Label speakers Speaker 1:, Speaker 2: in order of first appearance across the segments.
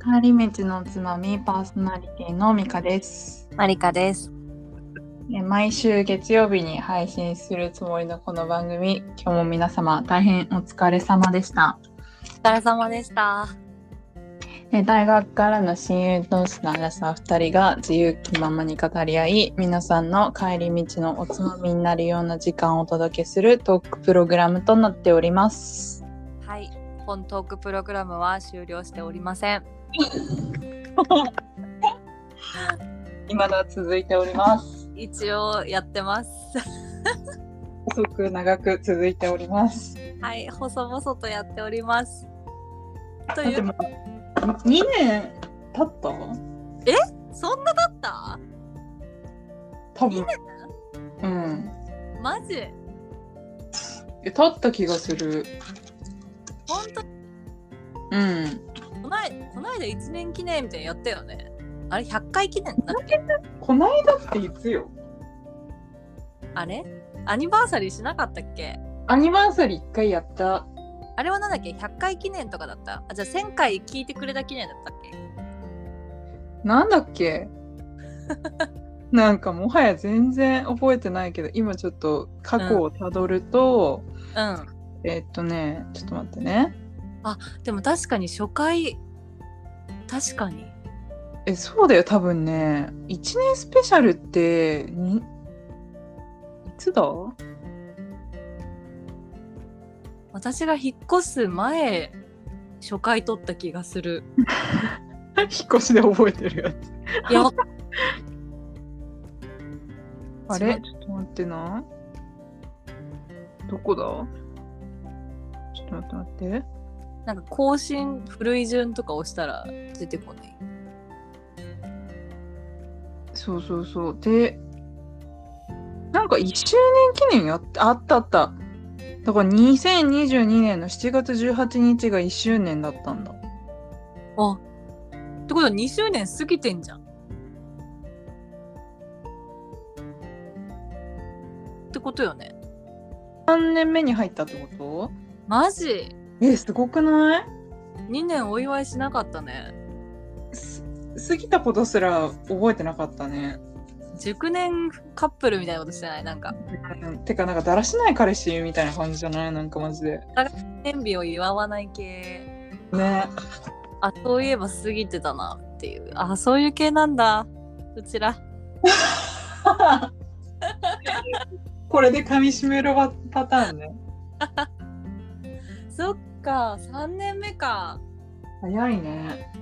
Speaker 1: 帰り道のつまみパーソナリティのミカです。
Speaker 2: マリカです。
Speaker 1: え毎週月曜日に配信するつもりのこの番組、今日も皆様大変お疲れ様でした。
Speaker 2: お疲れ様でした。
Speaker 1: え大学からの親友同士の皆さん2人が自由気ままに語り合い、皆さんの帰り道のおつまみになるような時間をお届けするトークプログラムとなっております。
Speaker 2: はい、本トークプログラムは終了しておりません。
Speaker 1: 未だ続いております。
Speaker 2: 一応やってます。
Speaker 1: 細く長く続いております。
Speaker 2: はい、細々とやっております。と
Speaker 1: だっ
Speaker 2: い
Speaker 1: て
Speaker 2: う
Speaker 1: も、2年経った
Speaker 2: そんなだった？
Speaker 1: 多分。うん。
Speaker 2: マジ？
Speaker 1: え、経った気がする。
Speaker 2: 本当に
Speaker 1: うん。
Speaker 2: こないこないだ一年記念みたいなのやったよね。あれ100回記念だっけ？
Speaker 1: こないだっていつよ
Speaker 2: あれ？アニバーサリーしなかったっけ？
Speaker 1: アニバーサリー1回やった。
Speaker 2: あれはなんだっけ100回記念とかだったあじゃあ1000回聞いてくれた記念だったっけ
Speaker 1: なんだっ けなんかもはや全然覚えてないけど、今ちょっと過去をたどると、
Speaker 2: うん
Speaker 1: えっとね、ちょっと待ってね。
Speaker 2: でも確かに初回確かに
Speaker 1: え、そうだよ、多分ね。1年スペシャルって、にいつ だ
Speaker 2: 私が引っ越す前初回撮った気がする
Speaker 1: 引っ越しで覚えてるやつ。
Speaker 2: いや
Speaker 1: あれちょっと待ってな。どこだちょっと待って待って。
Speaker 2: なんか更新古い順とか押したら出てこない
Speaker 1: そうそうそう。で、なんか1周年記念やってあったあった。だから2022年の7月18日が1周年だったんだ。
Speaker 2: あってことは2周年過ぎてんじゃんってことよね
Speaker 1: 3年目に入ったってこと
Speaker 2: マジ
Speaker 1: え、すごくない
Speaker 2: 2年お祝いしなかったね
Speaker 1: す過ぎたことすら覚えてなかったね。
Speaker 2: 熟年カップルみたいなことしてないなんか
Speaker 1: うんてか、なんかだらしない彼氏みたいな感じじゃないなんかマジで。
Speaker 2: 記念日を祝わない系
Speaker 1: ね。
Speaker 2: あそういえば過ぎてたなっていうあそういう系なんだうちら
Speaker 1: これで噛み締めるパターンね。
Speaker 2: そっか3年目か
Speaker 1: 早いね。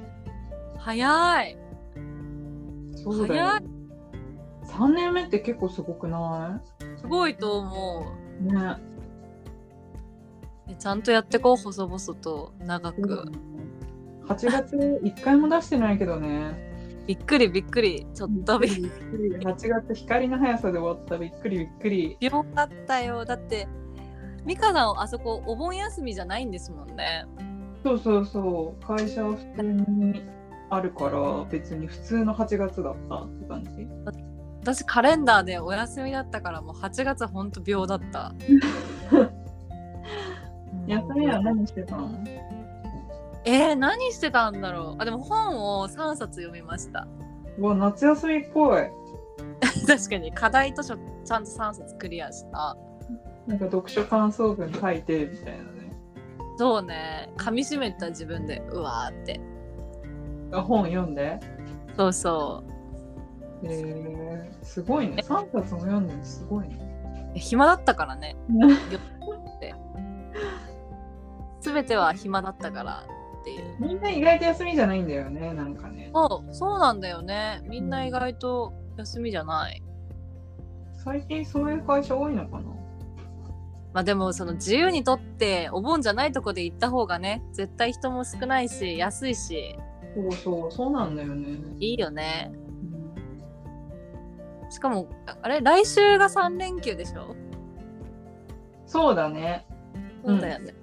Speaker 2: 早い
Speaker 1: そうだよ
Speaker 2: 早い。
Speaker 1: 3年目って結構すごくな
Speaker 2: すごいと思う
Speaker 1: いね。
Speaker 2: えちゃんとやってこう細々と長く、
Speaker 1: 8月1回も出してないけどね。
Speaker 2: びっくりびっくりちょっとびっくり
Speaker 1: 8月光の速さで終わった。びっくりびっくり。
Speaker 2: よかったよだってミカさんあそこお盆休みじゃないんですもんね
Speaker 1: そうそうそう。会社は普通にあるから、別に普通の8月だったって感じ。
Speaker 2: 私カレンダーでお休みだったからもう8月ほんと秒だった
Speaker 1: 休みは何してたの
Speaker 2: えー、何してたんだろうあでも本を3冊読みました
Speaker 1: うわ、夏休みっぽい。
Speaker 2: 確かに課題図書ちゃんと3冊クリアした
Speaker 1: なんか読書感想文書いてみたいなね。
Speaker 2: そうね噛みしめた自分でうわーって
Speaker 1: 本読んで。
Speaker 2: そうそ
Speaker 1: えー、すごいね。3冊も読んでるのすごいね。
Speaker 2: うえ暇だったからね
Speaker 1: ね
Speaker 2: 全ては暇だったからっていう
Speaker 1: みんな意外と休みじゃないんだよね、なんかね。
Speaker 2: そうそうなんだよねみんな意外と休みじゃない
Speaker 1: 最近そういう会社多いのかな
Speaker 2: まあでもその自由にとってお盆じゃないとこで行った方がね絶対人も少ないし安いし
Speaker 1: そうそう、そうなんだよね。
Speaker 2: いいよねしかもああれ来週が3連休でしょ
Speaker 1: そうだね。
Speaker 2: そうだよね、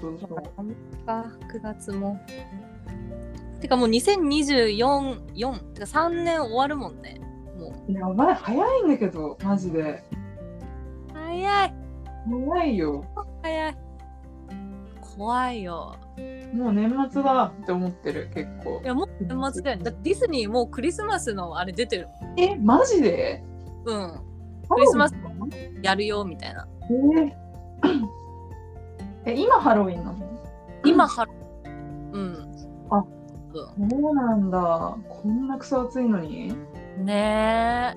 Speaker 1: そうそうそう。
Speaker 2: か9月も。てかもう2024、4てか3年終わるもんね。もう。
Speaker 1: やばい、早いんだけど、マジで。
Speaker 2: 早い
Speaker 1: 早いよ。
Speaker 2: 早い怖いよ。
Speaker 1: ねもう年末だって思ってる結構
Speaker 2: いやもう年末だよねだってディズニーもうクリスマスのあれ出てる
Speaker 1: えマジで
Speaker 2: もんうんクリスマスやるよみたいな
Speaker 1: えーえ今ハロウィンなの
Speaker 2: 今ハロうん
Speaker 1: あ
Speaker 2: う
Speaker 1: そうなんだこんなクソ暑いのに
Speaker 2: んねえ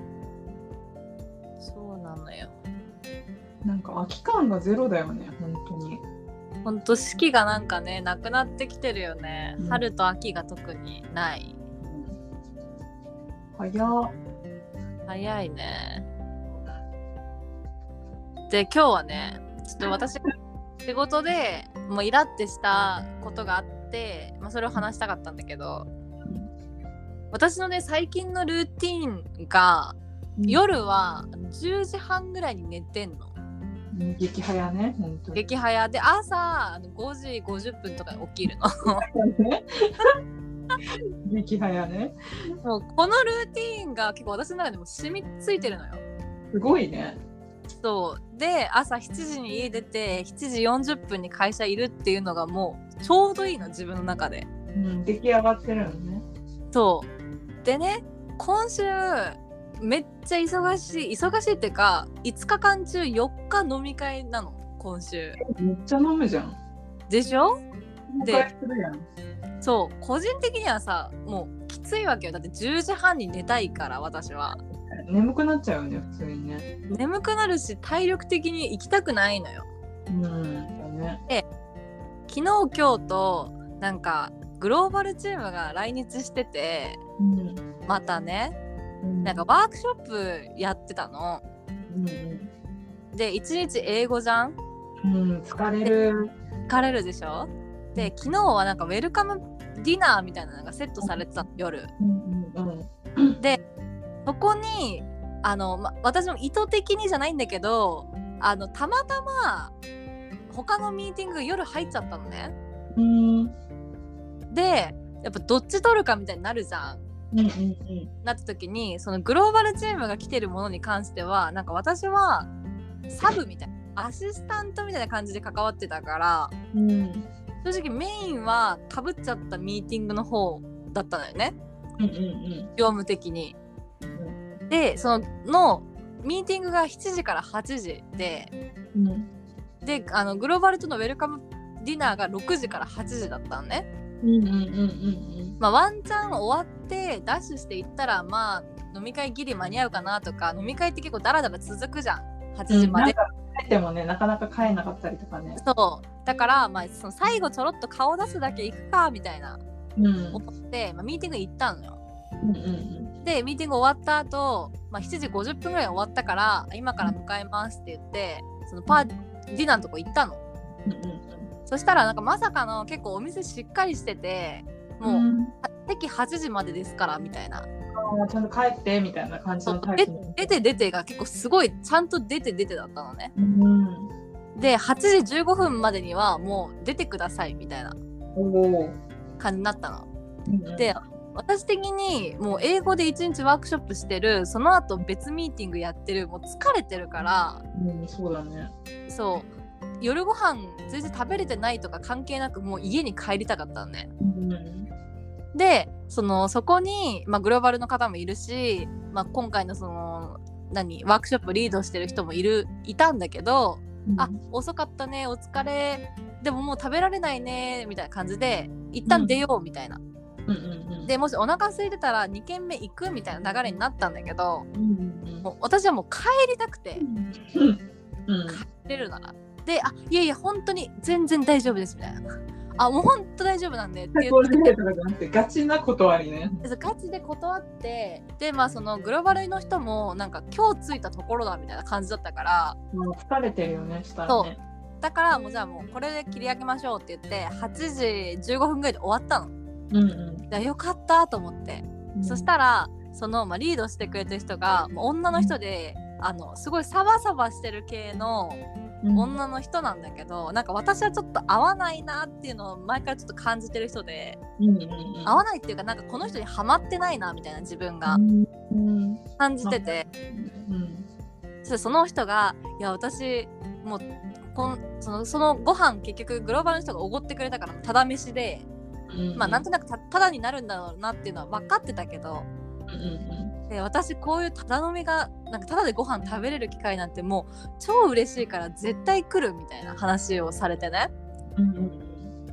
Speaker 2: そうなのよ
Speaker 1: なんか空き感がゼロだよね本当に
Speaker 2: ほんと四季がなんかねなくなってきてるよね、
Speaker 1: うん
Speaker 2: 春と秋が特にない
Speaker 1: 早っ
Speaker 2: 早いねで今日はねちょっと私が仕事でもうイラってしたことがあって、まあ、それを話したかったんだけど私のね最近のルーティーンが夜は10時半ぐらいに寝てんの
Speaker 1: うん激早ね本当に
Speaker 2: 激早で朝あの5時50分とかに起きるの
Speaker 1: ね 激早ね
Speaker 2: もうこのルーティーンが結構私の中でも染みついてるのよ
Speaker 1: すごいね
Speaker 2: そうで朝7時に家出て7時40分に会社いるっていうのがもうちょうどいいの自分の中で
Speaker 1: うん出来上がってるのね
Speaker 2: そうでね今週めっちゃ忙しい忙しいっていうか5日間中4日飲み会なの今週
Speaker 1: めっちゃ飲むじゃん
Speaker 2: でしょで
Speaker 1: 崩壊するやん
Speaker 2: そう個人的にはさもうきついわけよだって10時半に寝たいから私は
Speaker 1: 眠くなっちゃうよね普通にね
Speaker 2: 眠くなるし体力的に行きたくないのよ
Speaker 1: うんだね
Speaker 2: 昨日今日となんかグローバルチームが来日してて
Speaker 1: うん
Speaker 2: またね
Speaker 1: うん
Speaker 2: なんかワークショップやってたの
Speaker 1: うん
Speaker 2: で1日英語じゃん
Speaker 1: うん、うん、疲れる
Speaker 2: 疲れるでしょで昨日はなんかウェルカムディナーみたいなのがセットされてたの夜
Speaker 1: うんうんうん
Speaker 2: そこにあの、ま、私も意図的にじゃないんだけどあのたまたま他のミーティングが夜入っちゃったのね
Speaker 1: うん
Speaker 2: でやっぱどっち取るかみたいになるじゃん
Speaker 1: うんうん
Speaker 2: なった時にそのグローバルチームが来てるものに関してはなんか私はサブみたいなアシスタントみたいな感じで関わってたから
Speaker 1: うんうん
Speaker 2: 正直メインはかぶっちゃったミーティングの方だったのよね
Speaker 1: うんうん
Speaker 2: 業務的に。でそののミーティングが7時から8時で
Speaker 1: うん
Speaker 2: であのグローバルとのウェルカムディナーが6時から8時だったのね。
Speaker 1: うんうんうんうん
Speaker 2: まあ、ワンチャン終わってダッシュしていったらまあ飲み会ギリ間に合うかなとか飲み会って結構ダラダラ続くじゃん8
Speaker 1: うん
Speaker 2: 時まで、
Speaker 1: なんか帰ってもねなかなか帰れなかったりとかね
Speaker 2: そうだから、まあ、その最後ちょろっと顔出すだけ行くかみたいな
Speaker 1: うんうん
Speaker 2: 思って、まあ、ミーティング行ったのよ
Speaker 1: うんうん
Speaker 2: でミーティング終わった後、まあ7時50分ぐらい終わったから今から迎えますって言ってそのパーディナーのとこ行ったの
Speaker 1: うん
Speaker 2: そしたらなんかまさかの結構お店しっかりしてて
Speaker 1: う
Speaker 2: もうん席8時までですからみたいな
Speaker 1: あーちゃんと帰ってみたいな感じ
Speaker 2: そ
Speaker 1: の
Speaker 2: う
Speaker 1: タイ
Speaker 2: で
Speaker 1: プの
Speaker 2: 出て出てが結構すごいちゃんと出て出てだったのね
Speaker 1: うん
Speaker 2: で8時15分までにはもう出てくださいみたいな
Speaker 1: おお
Speaker 2: 感じになったので私的にもう英語で1日ワークショップしてるその後別ミーティングやってるもう疲れてるから
Speaker 1: うんそうだね
Speaker 2: そう夜ご飯全然食べれてないとか関係なくもう家に帰りたかったのね
Speaker 1: うん
Speaker 2: でそのそこに、まあ、グローバルの方もいるし、まあ、今回のその何ワークショップリードしてる人もいるいたんだけどあ遅かったねお疲れでももう食べられないねみたいな感じで一旦出ようみたいな、
Speaker 1: うんうんうん
Speaker 2: でもしお腹空いてたら2軒目行くみたいな流れになったんだけど
Speaker 1: うんうん
Speaker 2: もう私はもう帰りたくて
Speaker 1: うん
Speaker 2: 出るならで「あいやいや本当に全然大丈夫です」みたいな「あもう本当大丈夫なんで」って 言
Speaker 1: ゴールデン
Speaker 2: っ
Speaker 1: デ
Speaker 2: て
Speaker 1: ートとかじゃなくてガチな断りね
Speaker 2: ガチで断ってでまあそのグローバルの人もなんか今日着いたところだみたいな感じだったから
Speaker 1: もう疲れてるよねしたら
Speaker 2: そう
Speaker 1: ね
Speaker 2: だからもうじゃあもうこれで切り上げましょうって言って8時15分ぐらいで終わったの。
Speaker 1: うんう
Speaker 2: いやよかったと思って、
Speaker 1: ん
Speaker 2: そしたらその、まあ、リードしてくれてる人がもう女の人で、あのすごいサバサバしてる系の
Speaker 1: うん
Speaker 2: 女の人なんだけど、なんか私はちょっと合わないなっていうのを前からちょっと感じてる人で、
Speaker 1: うんうんうん
Speaker 2: 合わないっていうかなんかこの人にはまってないなみたいな自分が
Speaker 1: うんうん
Speaker 2: 感じてて、
Speaker 1: うん
Speaker 2: そしたらその人が「いや私もうこんそのそのご飯結局グローバルの人がおごってくれたからただ飯で、まあなんとなくたただになるんだろうなっていうのは分かってたけどで私こういうただ飲みがなんかただでご飯食べれる機会なんてもう超嬉しいから絶対来るみたいな話をされてね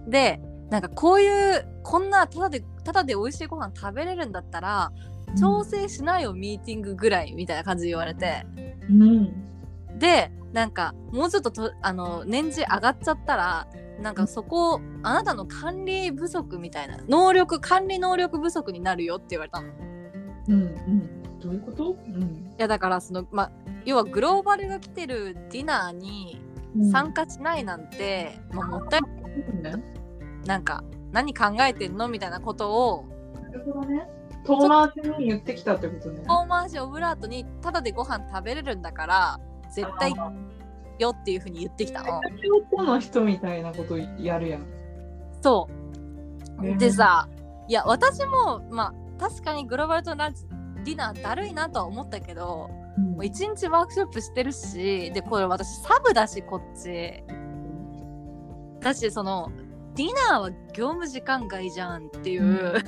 Speaker 2: でなんかこういうこんなただでただで美味しいご飯食べれるんだったら調整しないよミーティングぐらいみたいな感じで言われて。でなんかもうちょっととあの年次上がっちゃったらなんかそこあなたの管理不足みたいな能力管理能力不足になるよって言われたのい
Speaker 1: どういうこと、うん
Speaker 2: やだからその、ま、要はグローバルが来てるディナーに参加しないなんて、もうもったいなんか何考えてんのみたいなことを
Speaker 1: なるほどね。遠回しに言ってきたってことね。
Speaker 2: 遠回しオブラートにタダでご飯食べれるんだから絶対よっていうふうに言ってきたの。
Speaker 1: 男の人みたいなことやるやん。
Speaker 2: そ
Speaker 1: えー
Speaker 2: う。でさ、いや、私も、まあ、確かにグローバルとランチ、ディナーだるいなとは思ったけど、もう一日ワークショップしてるし、で、これ私サブだし、こっち。だし、その、ディナーは業務時間外じゃんっていう。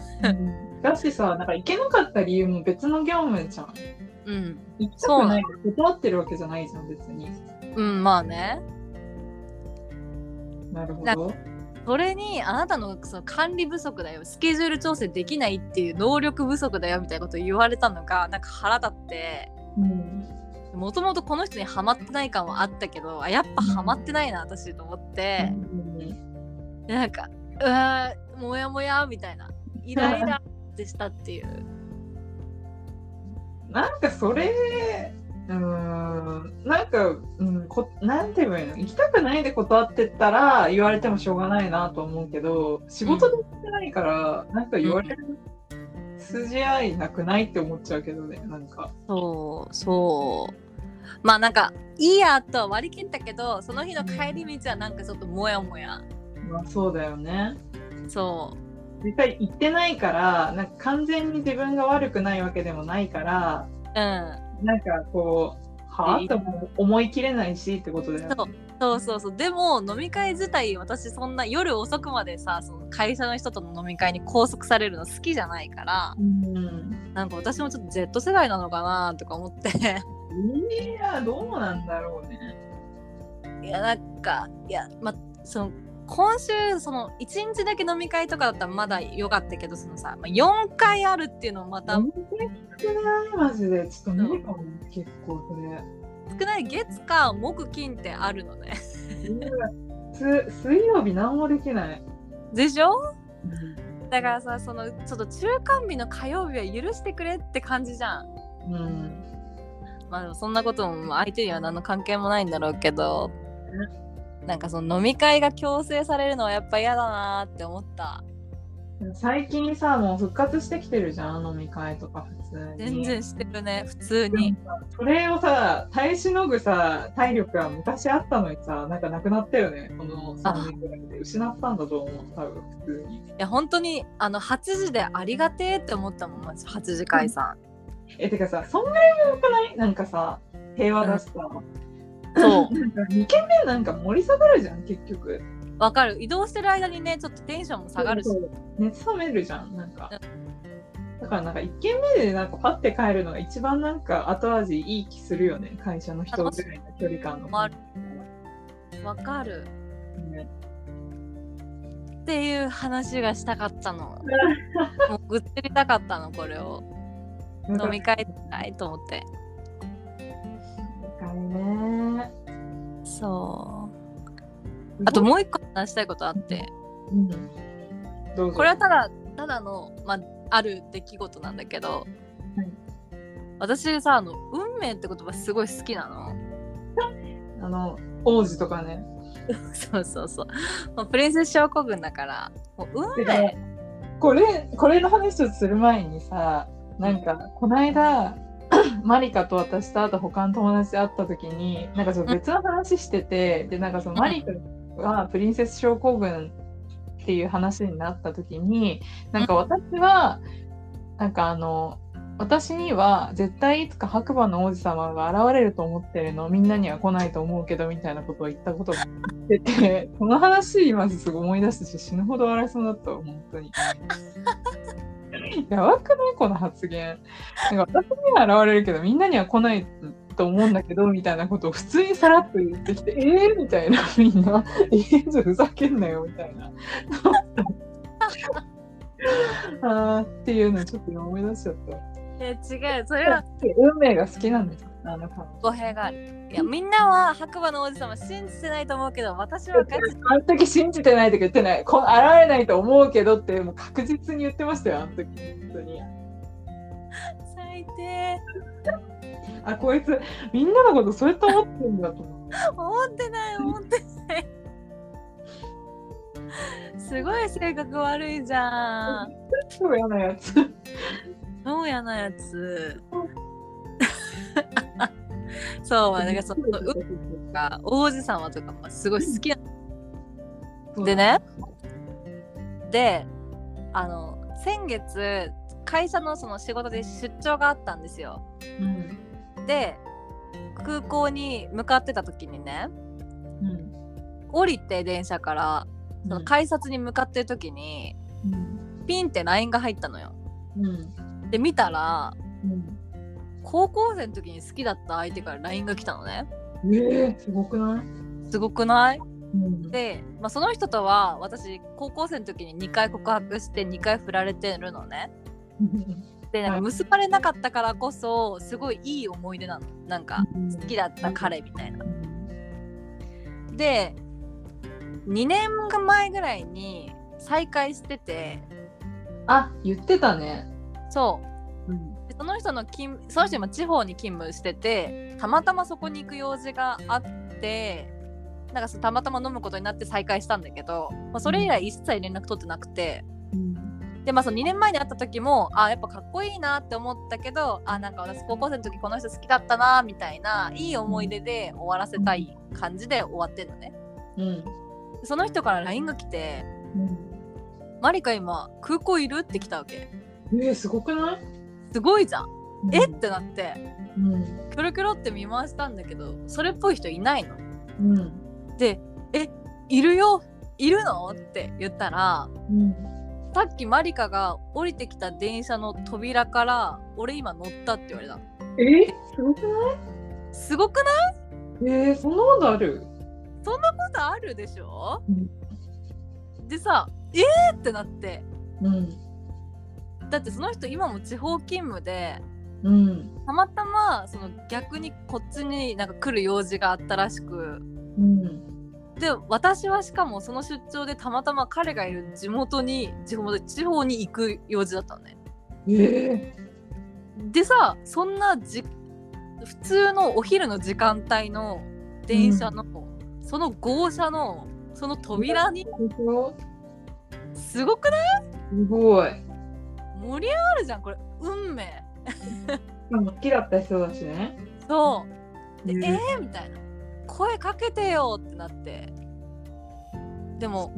Speaker 1: だしさ、なんか行けなかった理由も別の業務じゃん。
Speaker 2: うん。
Speaker 1: 行きたくないから断ってるわけじゃないじゃん、別に。
Speaker 2: うん、まあね。
Speaker 1: なるほ
Speaker 2: な
Speaker 1: ど。
Speaker 2: それに、あなたのその管理不足だよ、スケジュール調整できないっていう能力不足だよみたいなこと言われたのが、なんか腹立って。
Speaker 1: うん
Speaker 2: もともとこの人にはまってない感はあったけどあやっぱはまってないな私と思って、でなんかうわーもやもやみたいなイライラでしたっていう
Speaker 1: なんかそれ、うーん、なんか、うん、こなんて言えばいいの行きたくないで断ってったら言われてもしょうがないなと思うけど、仕事で行ってないから、なんか言われる筋合いなくないって思っちゃうけどね、なんか。
Speaker 2: そうそうまあなんかいいやとは割り切ったけどその日の帰り道はなんかちょっともやもや
Speaker 1: まあそうだよね。
Speaker 2: そ
Speaker 1: 実際行ってないから、なんか完全に自分が悪くないわけでもないから、
Speaker 2: ううん
Speaker 1: なんかこう、は
Speaker 2: え
Speaker 1: ぁとも思い切れないしってことだよね。
Speaker 2: そうそうそうでも飲み会自体私そんな夜遅くまでさその会社の人との飲み会に拘束されるの好きじゃないから
Speaker 1: うん、
Speaker 2: なんか私もちょっと Z 世代なのかなとか思って
Speaker 1: いや、どうなんだろうね。
Speaker 2: いやなんかいやまその今週その1日だけ飲み会とかだったらまだ良かったけどそのさ、まあ、4回あるっていうのもまた
Speaker 1: 本当に少ないマジでちょっと無理かも結構それ
Speaker 2: 少ない月か木金ってあるのね
Speaker 1: す水曜日何もできない、
Speaker 2: でしょだからさそのちょっと中間日の火曜日は許してくれって感じじゃん
Speaker 1: うん、
Speaker 2: まあでもそんなことも相手には何の関係もないんだろうけどなんかその飲み会が強制されるのはやっぱ嫌だなって思った
Speaker 1: 最近さもう復活してきてるじゃん飲み会とか普通に
Speaker 2: 全然してるね普通に
Speaker 1: それをさ耐えしのぐさ体力は昔あったのにさなんかなくなったよねこの3年ぐらいで失ったんだと思う多分普通に
Speaker 2: いや本当にあの8時でありがてえって思ったもんマジ8時解散、
Speaker 1: えてかさそんぐらいもよくないなんかさ平和だしさ、
Speaker 2: そ
Speaker 1: なんか2軒目なんか盛り下がるじゃん結局
Speaker 2: う わかる移動してる間にねちょっとテンションも下がるし
Speaker 1: そうそう熱冷めるじゃんなんか、だからなんか1軒目でなんかパッて帰るのが一番なんか後味いい気するよね会社の人ぐらいの距離感の
Speaker 2: あわかる
Speaker 1: ね
Speaker 2: っていう話がしたかったのもうぐってりたかったのこれを飲み会したいと思って
Speaker 1: なんかね
Speaker 2: そうあともう一個話したいことあって
Speaker 1: うんどうぞ
Speaker 2: これはただただの、まあ、ある出来事なんだけど、
Speaker 1: はい
Speaker 2: 私さあの運命って言葉すごい好きなの。
Speaker 1: あの王子とかね
Speaker 2: そうそうそう。もうプリンセス症候群だから、もう運
Speaker 1: て
Speaker 2: 命
Speaker 1: かこれこれの話をする前にさなんかこの間 マリカと私とあと他の友達と会った時になんかその別の話しててでなんかそのマリカがプリンセス症候群っていう話になった時になんか私はなんかあの私には絶対いつか白馬の王子様が現れると思ってるのみんなには来ないと思うけどみたいなことを言ったことが出てこの話今すぐ思い出すし死ぬほど笑いそうになったわ本当にやばくないこの発言なんか私には現れるけどみんなには来ないと思うんだけどみたいなことを普通にさらっと言ってきてえーみたいなみんな「えー、ふざけんなよ」みたいな あーっていうのちょっと今思い出しちゃった。
Speaker 2: いや違うそれは
Speaker 1: 運命が好きなんですよあの彼女
Speaker 2: 語弊があるいやみんなは白馬の王子様信じてないと思うけど私はガチ
Speaker 1: あの時信じてないとか言ってないこ現れないと思うけどってもう確実に言ってましたよあの時本当に
Speaker 2: 最低
Speaker 1: あこいつみんなのことそうやって思ってるんだと思う
Speaker 2: 思ってない思ってないすごい性格悪いじゃん
Speaker 1: 超嫌なやつ
Speaker 2: どうやなやつそうなんかそのウッとか王子様とかもすごい好きな
Speaker 1: そ
Speaker 2: ん
Speaker 1: う
Speaker 2: でねであの先月会社のその仕事で出張があったんですよ
Speaker 1: うん
Speaker 2: で空港に向かってた時にね
Speaker 1: うん
Speaker 2: 降りて電車からその改札に向かってる時に、
Speaker 1: うん
Speaker 2: ピンって LINE が入ったのよ
Speaker 1: うん
Speaker 2: で見たら
Speaker 1: うん
Speaker 2: 高校生の時に好きだった相手から LINE が来たのね
Speaker 1: えー、すごくない、
Speaker 2: すごくない
Speaker 1: うん
Speaker 2: で、まあ、その人とは私高校生の時に2回告白して2回振られてるのねでなん
Speaker 1: は
Speaker 2: か
Speaker 1: い
Speaker 2: 結ばれなかったからこそすごいいい思い出なのなんか好きだった彼みたいなで2年前ぐらいに再会してて
Speaker 1: あ言ってたね、
Speaker 2: そう
Speaker 1: うん
Speaker 2: でその人の勤その人今地方に勤務しててたまたまそこに行く用事があってなんかそうたまたま飲むことになって再会したんだけど、まあ、それ以来一切連絡取ってなくてで、まあ、その2年前に会った時もあやっぱかっこいいなって思ったけどあなんか私高校生の時この人好きだったなみたいないい思い出で終わらせたい感じで終わってんのね
Speaker 1: うん
Speaker 2: でその人から LINE が来て
Speaker 1: うん
Speaker 2: 「マリカ今空港いる?」って来たわけ
Speaker 1: えー、すごくない
Speaker 2: すごいじゃんえってなって
Speaker 1: うん
Speaker 2: キョロキョロって見回したんだけどそれっぽい人いないの
Speaker 1: うん
Speaker 2: で「えいるよいるの?」って言ったら
Speaker 1: うん
Speaker 2: さっきマリカが降りてきた電車の扉から「俺今乗った」って言われた
Speaker 1: えー、すごくない
Speaker 2: すごくない
Speaker 1: えー、そんなことある
Speaker 2: そんなことあるでしょ、
Speaker 1: うん
Speaker 2: でさ「えー!」ってなって
Speaker 1: うん
Speaker 2: だってその人今も地方勤務で
Speaker 1: うん
Speaker 2: たまたまその逆にこっちになんか来る用事があったらしく
Speaker 1: うん
Speaker 2: で私はしかもその出張でたまたま彼がいる地元に地方で地方に行く用事だったのね
Speaker 1: え
Speaker 2: でさそんなじ普通のお昼の時間帯の電車の、その号車のその扉に
Speaker 1: ー、すごい
Speaker 2: すごくない
Speaker 1: すごい
Speaker 2: 盛り上がるじゃんこれ運命
Speaker 1: 好きだった人だしね
Speaker 2: そうで、
Speaker 1: うん
Speaker 2: えー、みたいな声かけてよってなってでも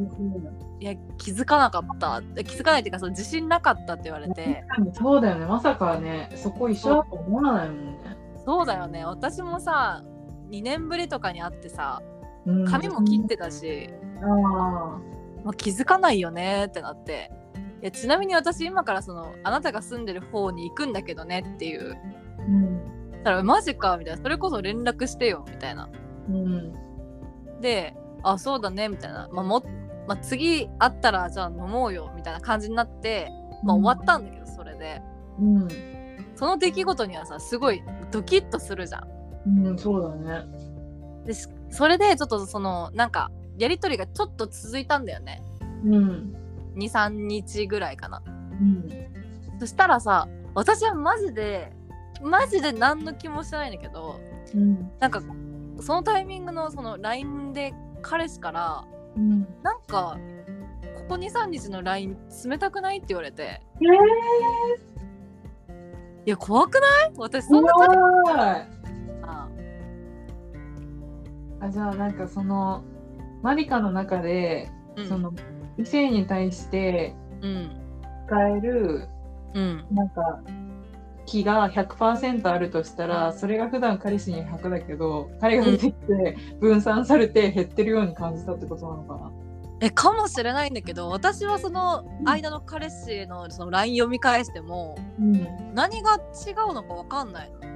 Speaker 2: いや気づかなかったえ気づかないっていうかその自信なかったって言われて
Speaker 1: そうだよねまさかねそこ一緒だと思わないもんね、
Speaker 2: そうだよね私もさ2年ぶりとかに会ってさ
Speaker 1: うん
Speaker 2: 髪も切ってたし、
Speaker 1: あ
Speaker 2: まあ、気づかないよねってなっていやちなみに私今からそのあなたが住んでる方に行くんだけどねっていう
Speaker 1: あうん
Speaker 2: だからマジかみたいなそれこそ連絡してよみたいな
Speaker 1: うん
Speaker 2: であそうだねみたいな、まあもまあ次会ったらじゃあ飲もうよみたいな感じになって、まあ、終わったんだけどそれで
Speaker 1: うん
Speaker 2: その出来事にはさすごいドキッとするじゃん
Speaker 1: うんそうだね
Speaker 2: でしそれでちょっとそのなんかやり取りがちょっと続いたんだよね
Speaker 1: うん
Speaker 2: 23日ぐらいかな
Speaker 1: うん
Speaker 2: そしたらさ私はマジでマジで何の気もしてないんだけど
Speaker 1: うん
Speaker 2: なんかそのタイミングのその LINE で彼氏から
Speaker 1: うん
Speaker 2: なんかここ23日の LINE 冷たくないって言われて
Speaker 1: えー、
Speaker 2: いや怖くない私そ
Speaker 1: そ
Speaker 2: ん
Speaker 1: ん
Speaker 2: な
Speaker 1: な
Speaker 2: タイプ
Speaker 1: い
Speaker 2: な
Speaker 1: あじゃあなんかそのマリカの中で、
Speaker 2: うん
Speaker 1: その異性に対して
Speaker 2: うん
Speaker 1: 使える
Speaker 2: うん
Speaker 1: なんか気が100%あるとしたらそれが普段彼氏に100だけど彼が出てきて分散されて減ってるように感じたってことなのかな
Speaker 2: えかもしれないんだけど私はその間の彼氏へのその LINE 読み返しても
Speaker 1: うん
Speaker 2: 何が違うのかわかんないの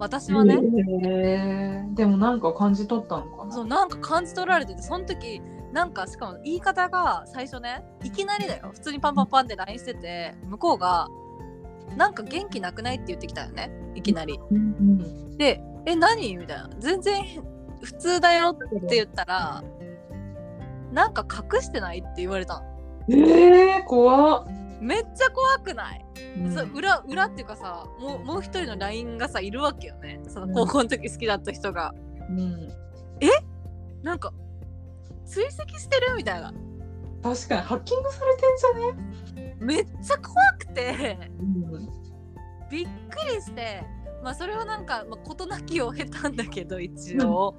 Speaker 2: 私はね、
Speaker 1: へーでもなんか感じ取ったのかな
Speaker 2: そうなんか感じ取られててその時なんかしかも言い方が最初ねいきなりだよ普通にパンパンパンって LINE してて向こうが「なんか元気なくない?」って言ってきたよねいきなり。
Speaker 1: うん
Speaker 2: で「え何?」みたいな「全然普通だよ」って言ったら「なんか隠してない?」って言われたの
Speaker 1: えー、怖っ、
Speaker 2: めっちゃ怖くない、
Speaker 1: うん
Speaker 2: そう裏裏っていうかさもうもう一人の LINE がさいるわけよねその高校の時好きだった人が、
Speaker 1: うん
Speaker 2: なんか追跡してるみたいな
Speaker 1: 確かにハッキングされてんじゃね
Speaker 2: めっちゃ怖くて
Speaker 1: うん
Speaker 2: びっくりしてまあそれはなんか、まあ、事なきを経たんだけど一応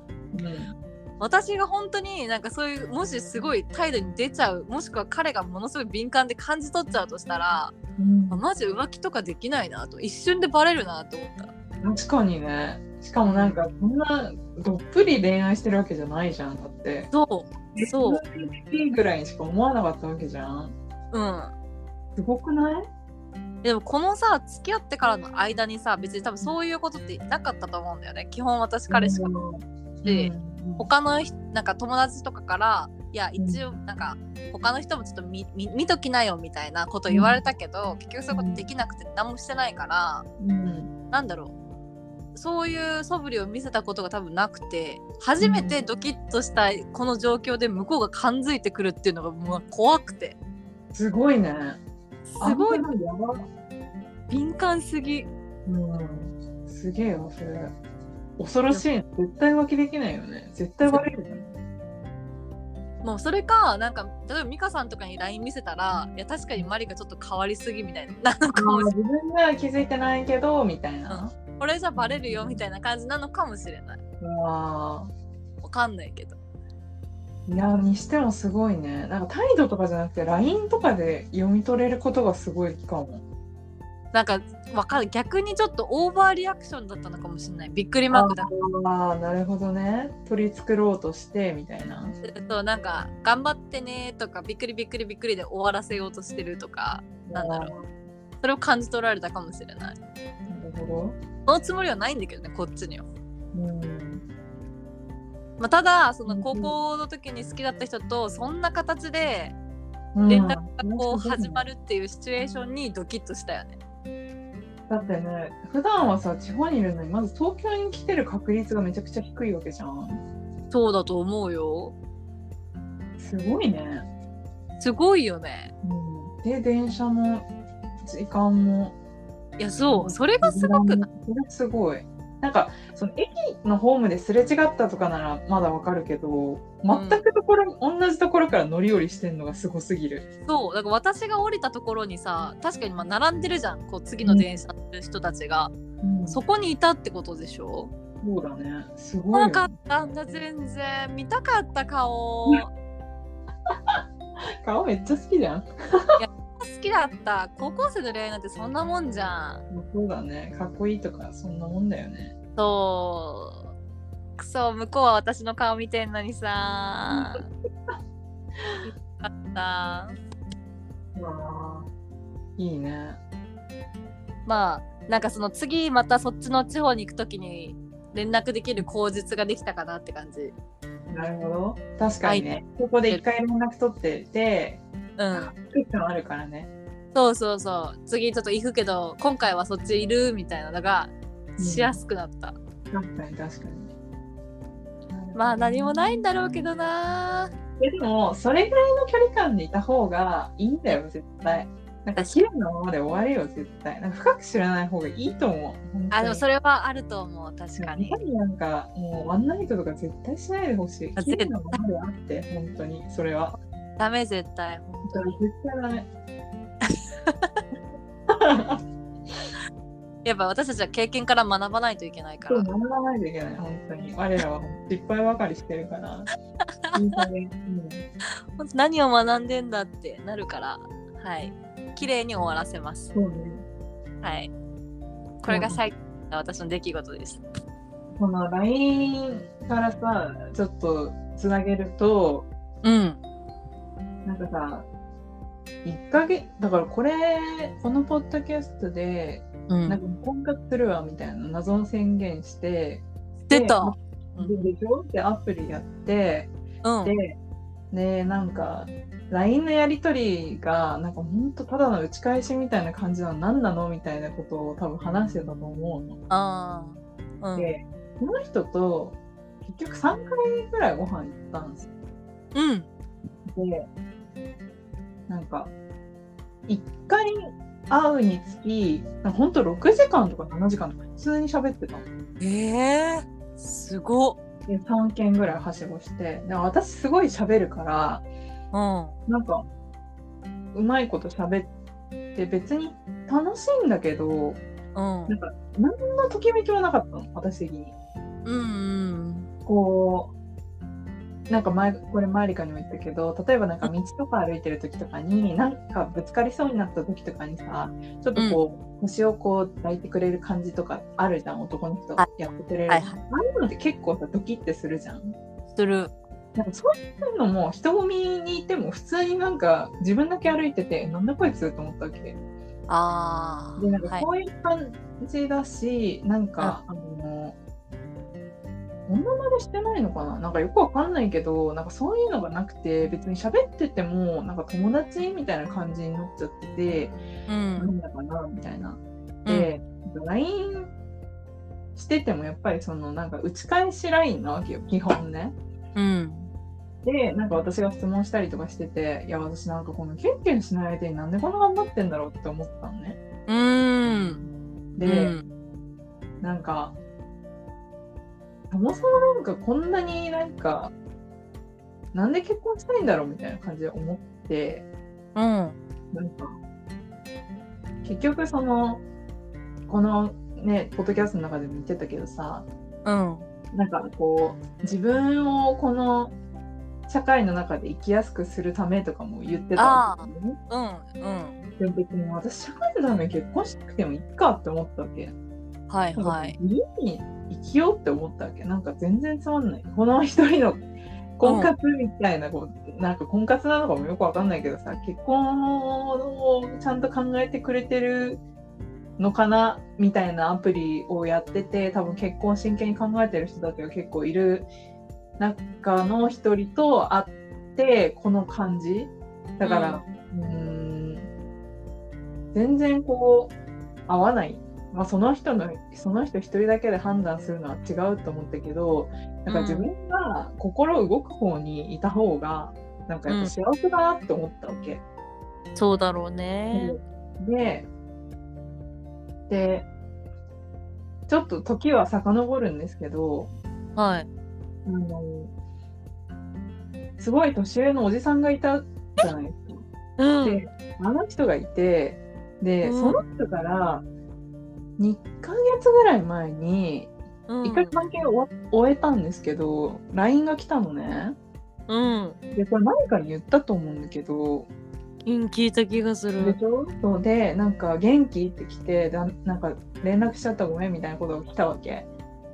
Speaker 2: 私が本当になんかそういうもしすごい態度に出ちゃうもしくは彼がものすごい敏感で感じ取っちゃうとしたら
Speaker 1: うん
Speaker 2: まあマジ浮気とかできないなと一瞬でバレるなと思った
Speaker 1: 確かにねしかもなんかそんなどっぷり恋愛してるわけじゃないじゃんだって
Speaker 2: そうそう
Speaker 1: いいぐらいにしか思わなかったわけじゃん
Speaker 2: うん
Speaker 1: すごくない
Speaker 2: でもこのさ付き合ってからの間にさ別に多分そういうことってなかったと思うんだよね基本私彼しかで
Speaker 1: うん
Speaker 2: 他のひなんか友達とかからいや一応なんか他の人もちょっと見見見ときなよみたいなこと言われたけど、結局そういうことできなくて何もしてないから、
Speaker 1: うん
Speaker 2: なんだろうそういう素振りを見せたことが多分なくて初めてドキッとしたこの状況で向こうが感づいてくるっていうのがもう怖くて
Speaker 1: すごいね
Speaker 2: すごい
Speaker 1: あんたのやば
Speaker 2: 敏感すぎ
Speaker 1: うんすげえよそれ恐ろしいね絶対浮気できないよね絶対悪いよね
Speaker 2: もうそれかなんか例えば美香さんとかに LINE 見せたらいや確かにマリがちょっと変わりすぎみたいな なのかもしれ
Speaker 1: 自
Speaker 2: ない
Speaker 1: 分では気づいてないけどみたいな、
Speaker 2: これじゃバレるよみたいな感じなのかもしれないう
Speaker 1: わ
Speaker 2: わかんないけど
Speaker 1: ーいやにしてもすごいねなんか態度とかじゃなくて LINE とかで読み取れることがすごいかも
Speaker 2: なんかわかる逆にちょっとオーバーリアクションだったのかもしれないびっくりマークだ
Speaker 1: ああなるほどね取り繕ろうとしてみたいな
Speaker 2: そうなんか「頑張ってね」とか「びっくりびっくりびっくり」で終わらせようとしてるとかなんだろ
Speaker 1: う
Speaker 2: それを感じ取られたかもしれない
Speaker 1: なるほ
Speaker 2: そのつもりはないんだけどねこっちには、
Speaker 1: どうん
Speaker 2: まあ、ただその高校の時に好きだった人とそんな形で
Speaker 1: うん
Speaker 2: 連絡がこう
Speaker 1: すごいね
Speaker 2: 始まるっていうシチュエーションにドキッとしたよね
Speaker 1: だってね普段はさ地方にいるのにまず東京に来てる確率がめちゃくちゃ低いわけじゃん
Speaker 2: そうだと思うよ
Speaker 1: すごいね、
Speaker 2: すごいよね
Speaker 1: うん、で電車も時間も
Speaker 2: いやそうそれがすごくない
Speaker 1: それすごいなんかその駅のホームですれ違ったとかならまだわかるけど全くところ、同じところから乗り降りしてんのがすごすぎる
Speaker 2: そうだから私が降りたところにさ確かにまあ並んでるじゃんこう次の電車の人たちが、そこにいたってことでしょ
Speaker 1: そうだね。す
Speaker 2: 来
Speaker 1: ごいよ
Speaker 2: な
Speaker 1: ね。
Speaker 2: かったんだ全然見たかった顔い
Speaker 1: 顔めっちゃ好きじゃん。
Speaker 2: 好きだった高校生の恋愛なんてそんなもんじゃん
Speaker 1: そうだね。かっこいいとか、そんなもんだよね。
Speaker 2: そうくそ向こうは私の顔見てんのにさ見たかった
Speaker 1: わあ。いいね。
Speaker 2: まあなんかその次またそっちの地方に行く時に連絡できる口実ができたかなって感じ
Speaker 1: なるほど。確かにね。ここで一回連絡取ってて、
Speaker 2: うん
Speaker 1: クッションあるからね。
Speaker 2: そうそうそう次ちょっと行くけど今回はそっちいるみたいなのが
Speaker 1: うん
Speaker 2: しやすくなった、
Speaker 1: 確かに確かに。
Speaker 2: まあ何も
Speaker 1: い。
Speaker 2: ないんだろうけどな
Speaker 1: でも、それぐらいの距離感でいた方がいいんだよ、絶対。なんか、綺麗なままで終わるよ、絶対。なんか深く知らない方がいいと思う。本当に
Speaker 2: あでもそれはあると思う確かに
Speaker 1: やっぱりなんかもうワンナイトとか絶対しないでほしい。
Speaker 2: あ
Speaker 1: 綺麗なものであって本当にそれは。
Speaker 2: ダメ絶対
Speaker 1: 本当に絶対ダメ。
Speaker 2: やっぱ私たちは経験から学ばないといけないか
Speaker 1: そう
Speaker 2: ら
Speaker 1: 学ばないといけない本当に。我らは失敗ばかりしてるから。いい加減うん
Speaker 2: 本当何を学んでんだってなるからはい綺麗に終わらせます
Speaker 1: そうね。
Speaker 2: はいこれが最近の私の出来事です。
Speaker 1: この LINE からさちょっとつなげると
Speaker 2: うん。
Speaker 1: なんかさ1ヶ月だからこれこのポッドキャストで
Speaker 2: う
Speaker 1: なん
Speaker 2: ん。
Speaker 1: か婚活するわみたいな謎の宣言して
Speaker 2: 出た。
Speaker 1: ででしょでアプリやって
Speaker 2: うん。
Speaker 1: ででなんか LINE のやり取りがなんかほんとただの打ち返しみたいな感じなの何なのみたいなことを多分話してたと思うの。
Speaker 2: ああ。うん。
Speaker 1: でこの人と結局3回ぐらいご飯行ったんです
Speaker 2: う
Speaker 1: よ
Speaker 2: ん。
Speaker 1: でなんか1回会うにつきなんかほんと6時間とか7時間とか普通に喋ってたの
Speaker 2: ええすごっ。
Speaker 1: で3件ぐらいはしごしてで私すごい喋るから
Speaker 2: うん。
Speaker 1: なんかうまいこと喋って別に楽しいんだけど
Speaker 2: うん。
Speaker 1: なんか何のときめきもなかったの私的に。
Speaker 2: うん。
Speaker 1: こうなんか前これマリカにも言ったけど例えばなんか道とか歩いてる時とかになんかぶつかりそうになった時とかにさちょっとこう、腰をこう抱いてくれる感じとかあるじゃん男の人
Speaker 2: は
Speaker 1: やってくれる、
Speaker 2: はいは
Speaker 1: ああ
Speaker 2: い
Speaker 1: いうのって結構さドキッてするじゃん
Speaker 2: する。
Speaker 1: なんかそういうのも人混みにいても普通になんか自分だけ歩いててなんだこいつと思ったわけ
Speaker 2: ああ。
Speaker 1: でなんか
Speaker 2: はい
Speaker 1: こ。ういう感じだし、なんかあのモノマネしてないのかななんかよくわかんないけどなんかそういうのがなくて別に喋っててもなんか友達みたいな感じになっちゃってて、
Speaker 2: う。
Speaker 1: なんんだかなみたいな。
Speaker 2: うん
Speaker 1: で、LINE しててもやっぱりそのなんか打ち返し LINE なわけよ基本ね。
Speaker 2: うん。
Speaker 1: でなんか私が質問したりとかしてていや私なんかこのキュンキュンしない相手になんでこんな頑張ってんだろうって思ったのね。
Speaker 2: うん。
Speaker 1: で、
Speaker 2: うん
Speaker 1: なんか、そもそもなんかこんなになんか、なんで結婚したいんだろうみたいな感じで思って、
Speaker 2: うん。
Speaker 1: なんか、結局その、このね、ポッドキャストの中でも言ってたけどさ、
Speaker 2: うん。
Speaker 1: なんかこう、自分をこの社会の中で生きやすくするためとかも言ってたわけですよね。
Speaker 2: うん。
Speaker 1: でも別に私、社会のために結婚しなくてもいいかって思ったわけ。
Speaker 2: はいはい。
Speaker 1: 家に生きようって思ったわけなんか全然つまんないこの一人の婚活みたいな、こうなんか婚活なのかもよくわかんないけどさ結婚をちゃんと考えてくれてるのかなみたいなアプリをやってて多分結婚を真剣に考えてる人たちが結構いる中の一人と会ってこの感じだから、うーん全然こう合わないまあ、その人のその人一人だけで判断するのは違うと思ったけどなんか自分が心動く方にいた方がなんかやっぱ幸せだなって思ったわけ。
Speaker 2: そうだろうね。
Speaker 1: ででちょっと時は遡るんですけど
Speaker 2: はい。
Speaker 1: あのすごい年上のおじさんがいたじゃないですか。
Speaker 2: うん。
Speaker 1: であの人がいてで、
Speaker 2: うん
Speaker 1: その人から2ヶ月ぐらい前に
Speaker 2: うん
Speaker 1: 一回関係を終わ終えたんですけど LINE が来たのね
Speaker 2: うん。
Speaker 1: でこれ何かに言ったと思うんだけど、
Speaker 2: うん聞いた気がす
Speaker 1: で
Speaker 2: る。
Speaker 1: しょそうでなんか「元気?」って来てだなんか連絡しちゃったごめんみたいなことが来たわけ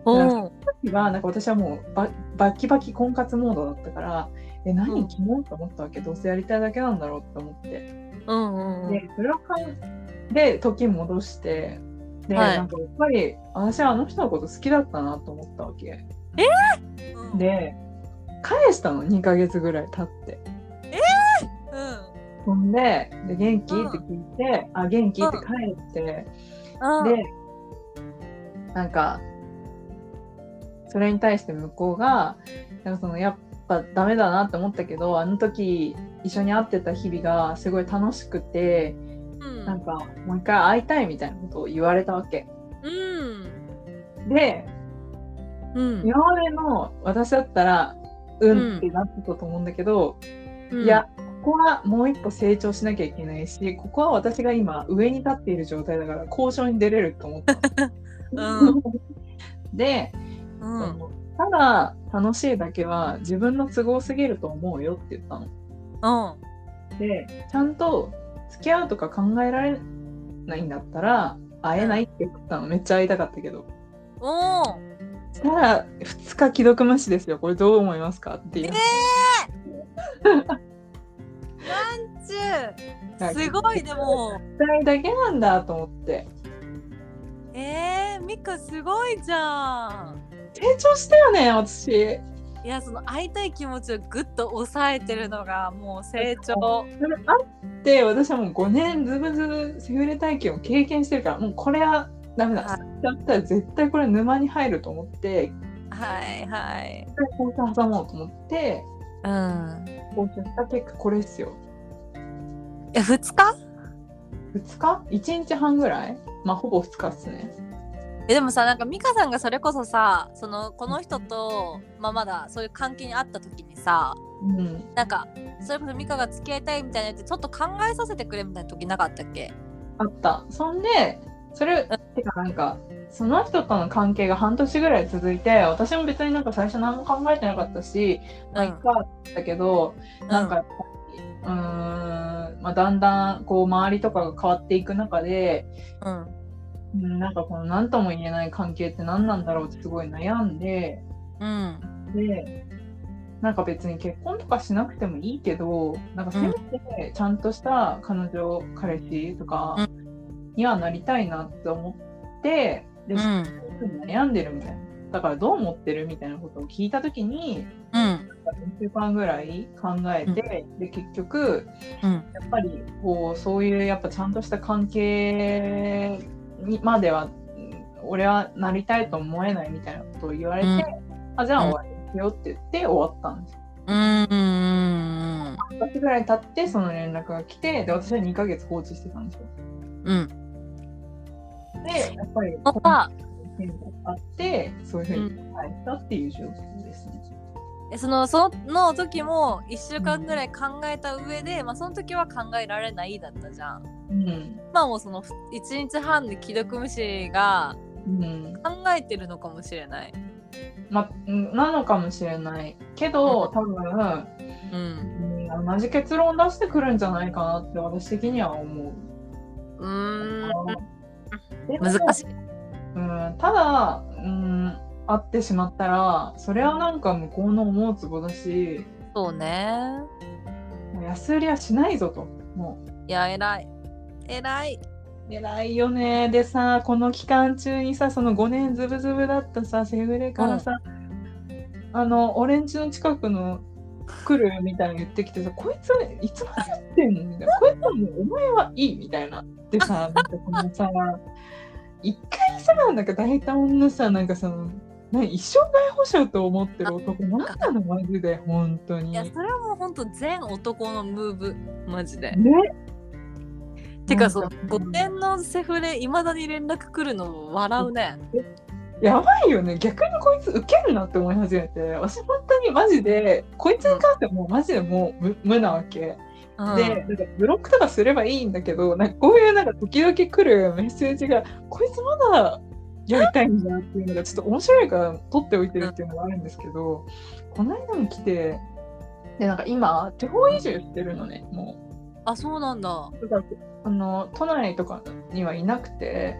Speaker 2: うん。
Speaker 1: さっきはなんか私はもうババキバキ婚活モードだったからえ
Speaker 2: う
Speaker 1: 何
Speaker 2: ん
Speaker 1: キモンと思ったわけどうせやりたいだけなんだろうって思って
Speaker 2: うんうんうん。
Speaker 1: でそれをかんで時戻してで、
Speaker 2: はい
Speaker 1: なんかやっぱり私はあの人のこと好きだったなと思ったわけで返したの2ヶ月ぐらい経って
Speaker 2: うん。
Speaker 1: ほんで「で元気?」
Speaker 2: うん
Speaker 1: って聞いて「あ元気?」
Speaker 2: うん
Speaker 1: って返って
Speaker 2: うん。
Speaker 1: でなんかそれに対して向こうがなんかそのやっぱダメだなって思ったけどあの時一緒に会ってた日々がすごい楽しくて
Speaker 2: うん
Speaker 1: なんかもう一回会いたいみたいなことを言われたわけ
Speaker 2: うん。
Speaker 1: で
Speaker 2: うん。
Speaker 1: 今までの私だったらうんってなってたと思うんだけど、
Speaker 2: うん
Speaker 1: いや。ここはもう一歩成長しなきゃいけないしここは私が今上に立っている状態だから交渉に出れると思ったの。
Speaker 2: う
Speaker 1: で、
Speaker 2: うん。
Speaker 1: そのただ楽しいだけは自分の都合すぎると思うよって言ったの。
Speaker 2: うん。
Speaker 1: でちゃんと付き合うとか考えられないんだったら会えないって言ったのめっちゃ会いたかったけど
Speaker 2: おお
Speaker 1: したら2日既読無視ですよこれどう思いますかっていう、
Speaker 2: ちゅうすごいでも
Speaker 1: 2人だけなんだと思って
Speaker 2: えー、ミカすごいじゃん
Speaker 1: 成長したよね私
Speaker 2: いやその会いたい気持ちをぐっと抑えてるのがもう成長
Speaker 1: それあって私はもう5年ズブズブセフレ体験を経験してるからもうこれはダメだ、
Speaker 2: は
Speaker 1: だったら絶対これ沼に入ると思って
Speaker 2: はいはい
Speaker 1: 交渉挟もうと思って
Speaker 2: うん
Speaker 1: 交渉した結果これですよ
Speaker 2: え2日
Speaker 1: 2日 ?1 日半ぐらいまあほぼ2日っすね
Speaker 2: えでもさなんか美香さんがそれこそさそのこの人と、まあ、まだそういう関係にあった時にさ
Speaker 1: うん
Speaker 2: なんかそれこそ美香が付き合いたいみたいなやつちょっと考えさせてくれみたいな時なかったっけ
Speaker 1: あったそんでそれてかなんかその人との関係が半年ぐらい続いて私も別になんか最初何も考えてなかったしまあいっかだけど、なんかやっぱりうーん、まあ、だんだんこう周りとかが変わっていく中で、
Speaker 2: うん、
Speaker 1: うん、なんかこの何とも言えない関係って何なんだろうってすごい悩んで
Speaker 2: うん、
Speaker 1: でなんか別に結婚とかしなくてもいいけどなんかせめてちゃんとした彼女彼氏とか
Speaker 2: う
Speaker 1: にはなりたいなって思ってで、
Speaker 2: うん、
Speaker 1: 悩んでるみたいなだからどう思ってるみたいなことを聞いた時に
Speaker 2: うん、
Speaker 1: 2週間ぐらい考えて、で結局
Speaker 2: うん、
Speaker 1: やっぱりこうそういうやっぱちゃんとした関係にまではうん俺はなりたいと思えないみたいなことを言われて、
Speaker 2: うん
Speaker 1: あじゃあ終わりですよって言って終わったんですよ。
Speaker 2: うん、うん、
Speaker 1: 2月ぐらい経ってその連絡が来てで私は2ヶ月放置してたんですよ。
Speaker 2: うん、
Speaker 1: でやっぱり
Speaker 2: ここは
Speaker 1: 変化があってそういうふうに変えたっていう状況ですね。
Speaker 2: えそのその時も1週間ぐらい考えた上で、まあ、その時は考えられないだったじゃん。
Speaker 1: うん
Speaker 2: まあもうその1日半で既読無視が
Speaker 1: うん
Speaker 2: 考えてるのかもしれない。
Speaker 1: ま、うんなのかもしれないけど多分、
Speaker 2: うん、
Speaker 1: うん、同じ結論出してくるんじゃないかなって私的には思う。
Speaker 2: うーん
Speaker 1: でも
Speaker 2: 難しい。
Speaker 1: うん、ただ、うん、会ってしまったらそれはなんか向こうの思うツボだし
Speaker 2: そうね。
Speaker 1: もう安売りはしないぞともう
Speaker 2: いや偉い。偉い。
Speaker 1: 偉いよねでさこの期間中にさその5年ズブズブだったさセフレからさ、あの俺んちの近くの来るみたいに言ってきてさこいついつまでやってんのみたいなこいつはもうお前はいいみたいなで さなんかこのさ一回さなんか大体女さなんかその何一生涯保証と思ってる男なんなのマジで本当に
Speaker 2: いやそれはもうほんと全男のムーブマジで。
Speaker 1: ね
Speaker 2: てか
Speaker 1: そ
Speaker 2: その
Speaker 1: う
Speaker 2: 5年のセフレいまだに連絡来るのも笑うね。
Speaker 1: やばいよね逆にこいつウケるなって思い始めて私本当にマジでこいつに関してはもうマジでもう無無なわけ、
Speaker 2: うん
Speaker 1: でなんかブロックとかすればいいんだけどなんかこういうなんか時々来るメッセージがこいつまだやりたいんだっていうのがちょっと面白いから取っておいてるっていうのがあるんですけど、この間も来てでなんか今地方移住してるのねもう。
Speaker 2: あそうなんだ。
Speaker 1: だからあの都内とかにはいなくて、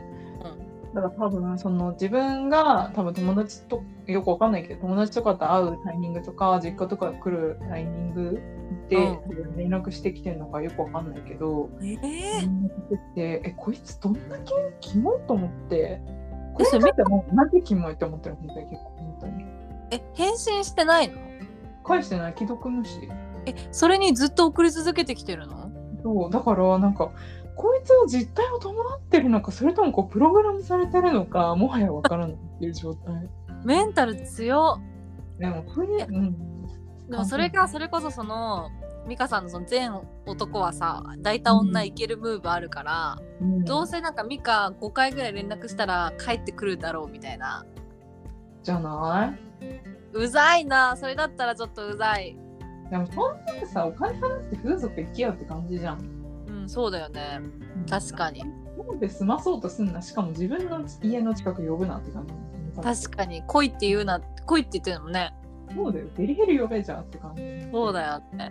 Speaker 1: だから多分その自分が多分友達とよくわかんないけど友達とかと会うタイミングとか実家とか来るタイミングで、
Speaker 2: うん
Speaker 1: 多分連絡してきてるのかよくわかんないけど
Speaker 2: ええ
Speaker 1: 連絡してきてえこいつどんだけキモいと思ってこ
Speaker 2: えそ
Speaker 1: れ
Speaker 2: れ
Speaker 1: 見てもマジキモいと思ってる本当に結構本当に
Speaker 2: え返信してないの
Speaker 1: 返してない既読無視
Speaker 2: えそれにずっと送り続けてきてるの
Speaker 1: そうだからなんかこいつの実態を伴ってるのかそれともこうプログラムされてるのかもはや分からないっていう状 態
Speaker 2: メンタル強っ
Speaker 1: でもそういう、うん、
Speaker 2: でもそれがそれこそその美香さんのその全男はさ大体女いけるムーブあるから、
Speaker 1: うん
Speaker 2: どうせなんか美香5回ぐらい連絡したら帰ってくるだろうみたいな
Speaker 1: じゃな
Speaker 2: うざいなそれだったらちょっとうざい
Speaker 1: いでもそんなのさお金払って風俗行きよって感じじゃん
Speaker 2: うんそうだよね確かに
Speaker 1: なんで済まそうとすんなしかも自分の家の近く呼ぶなって感じ
Speaker 2: 確かに恋って言うな恋って言ってるのもね
Speaker 1: そうだよデリヘル呼べじゃんって感じ
Speaker 2: そうだよね。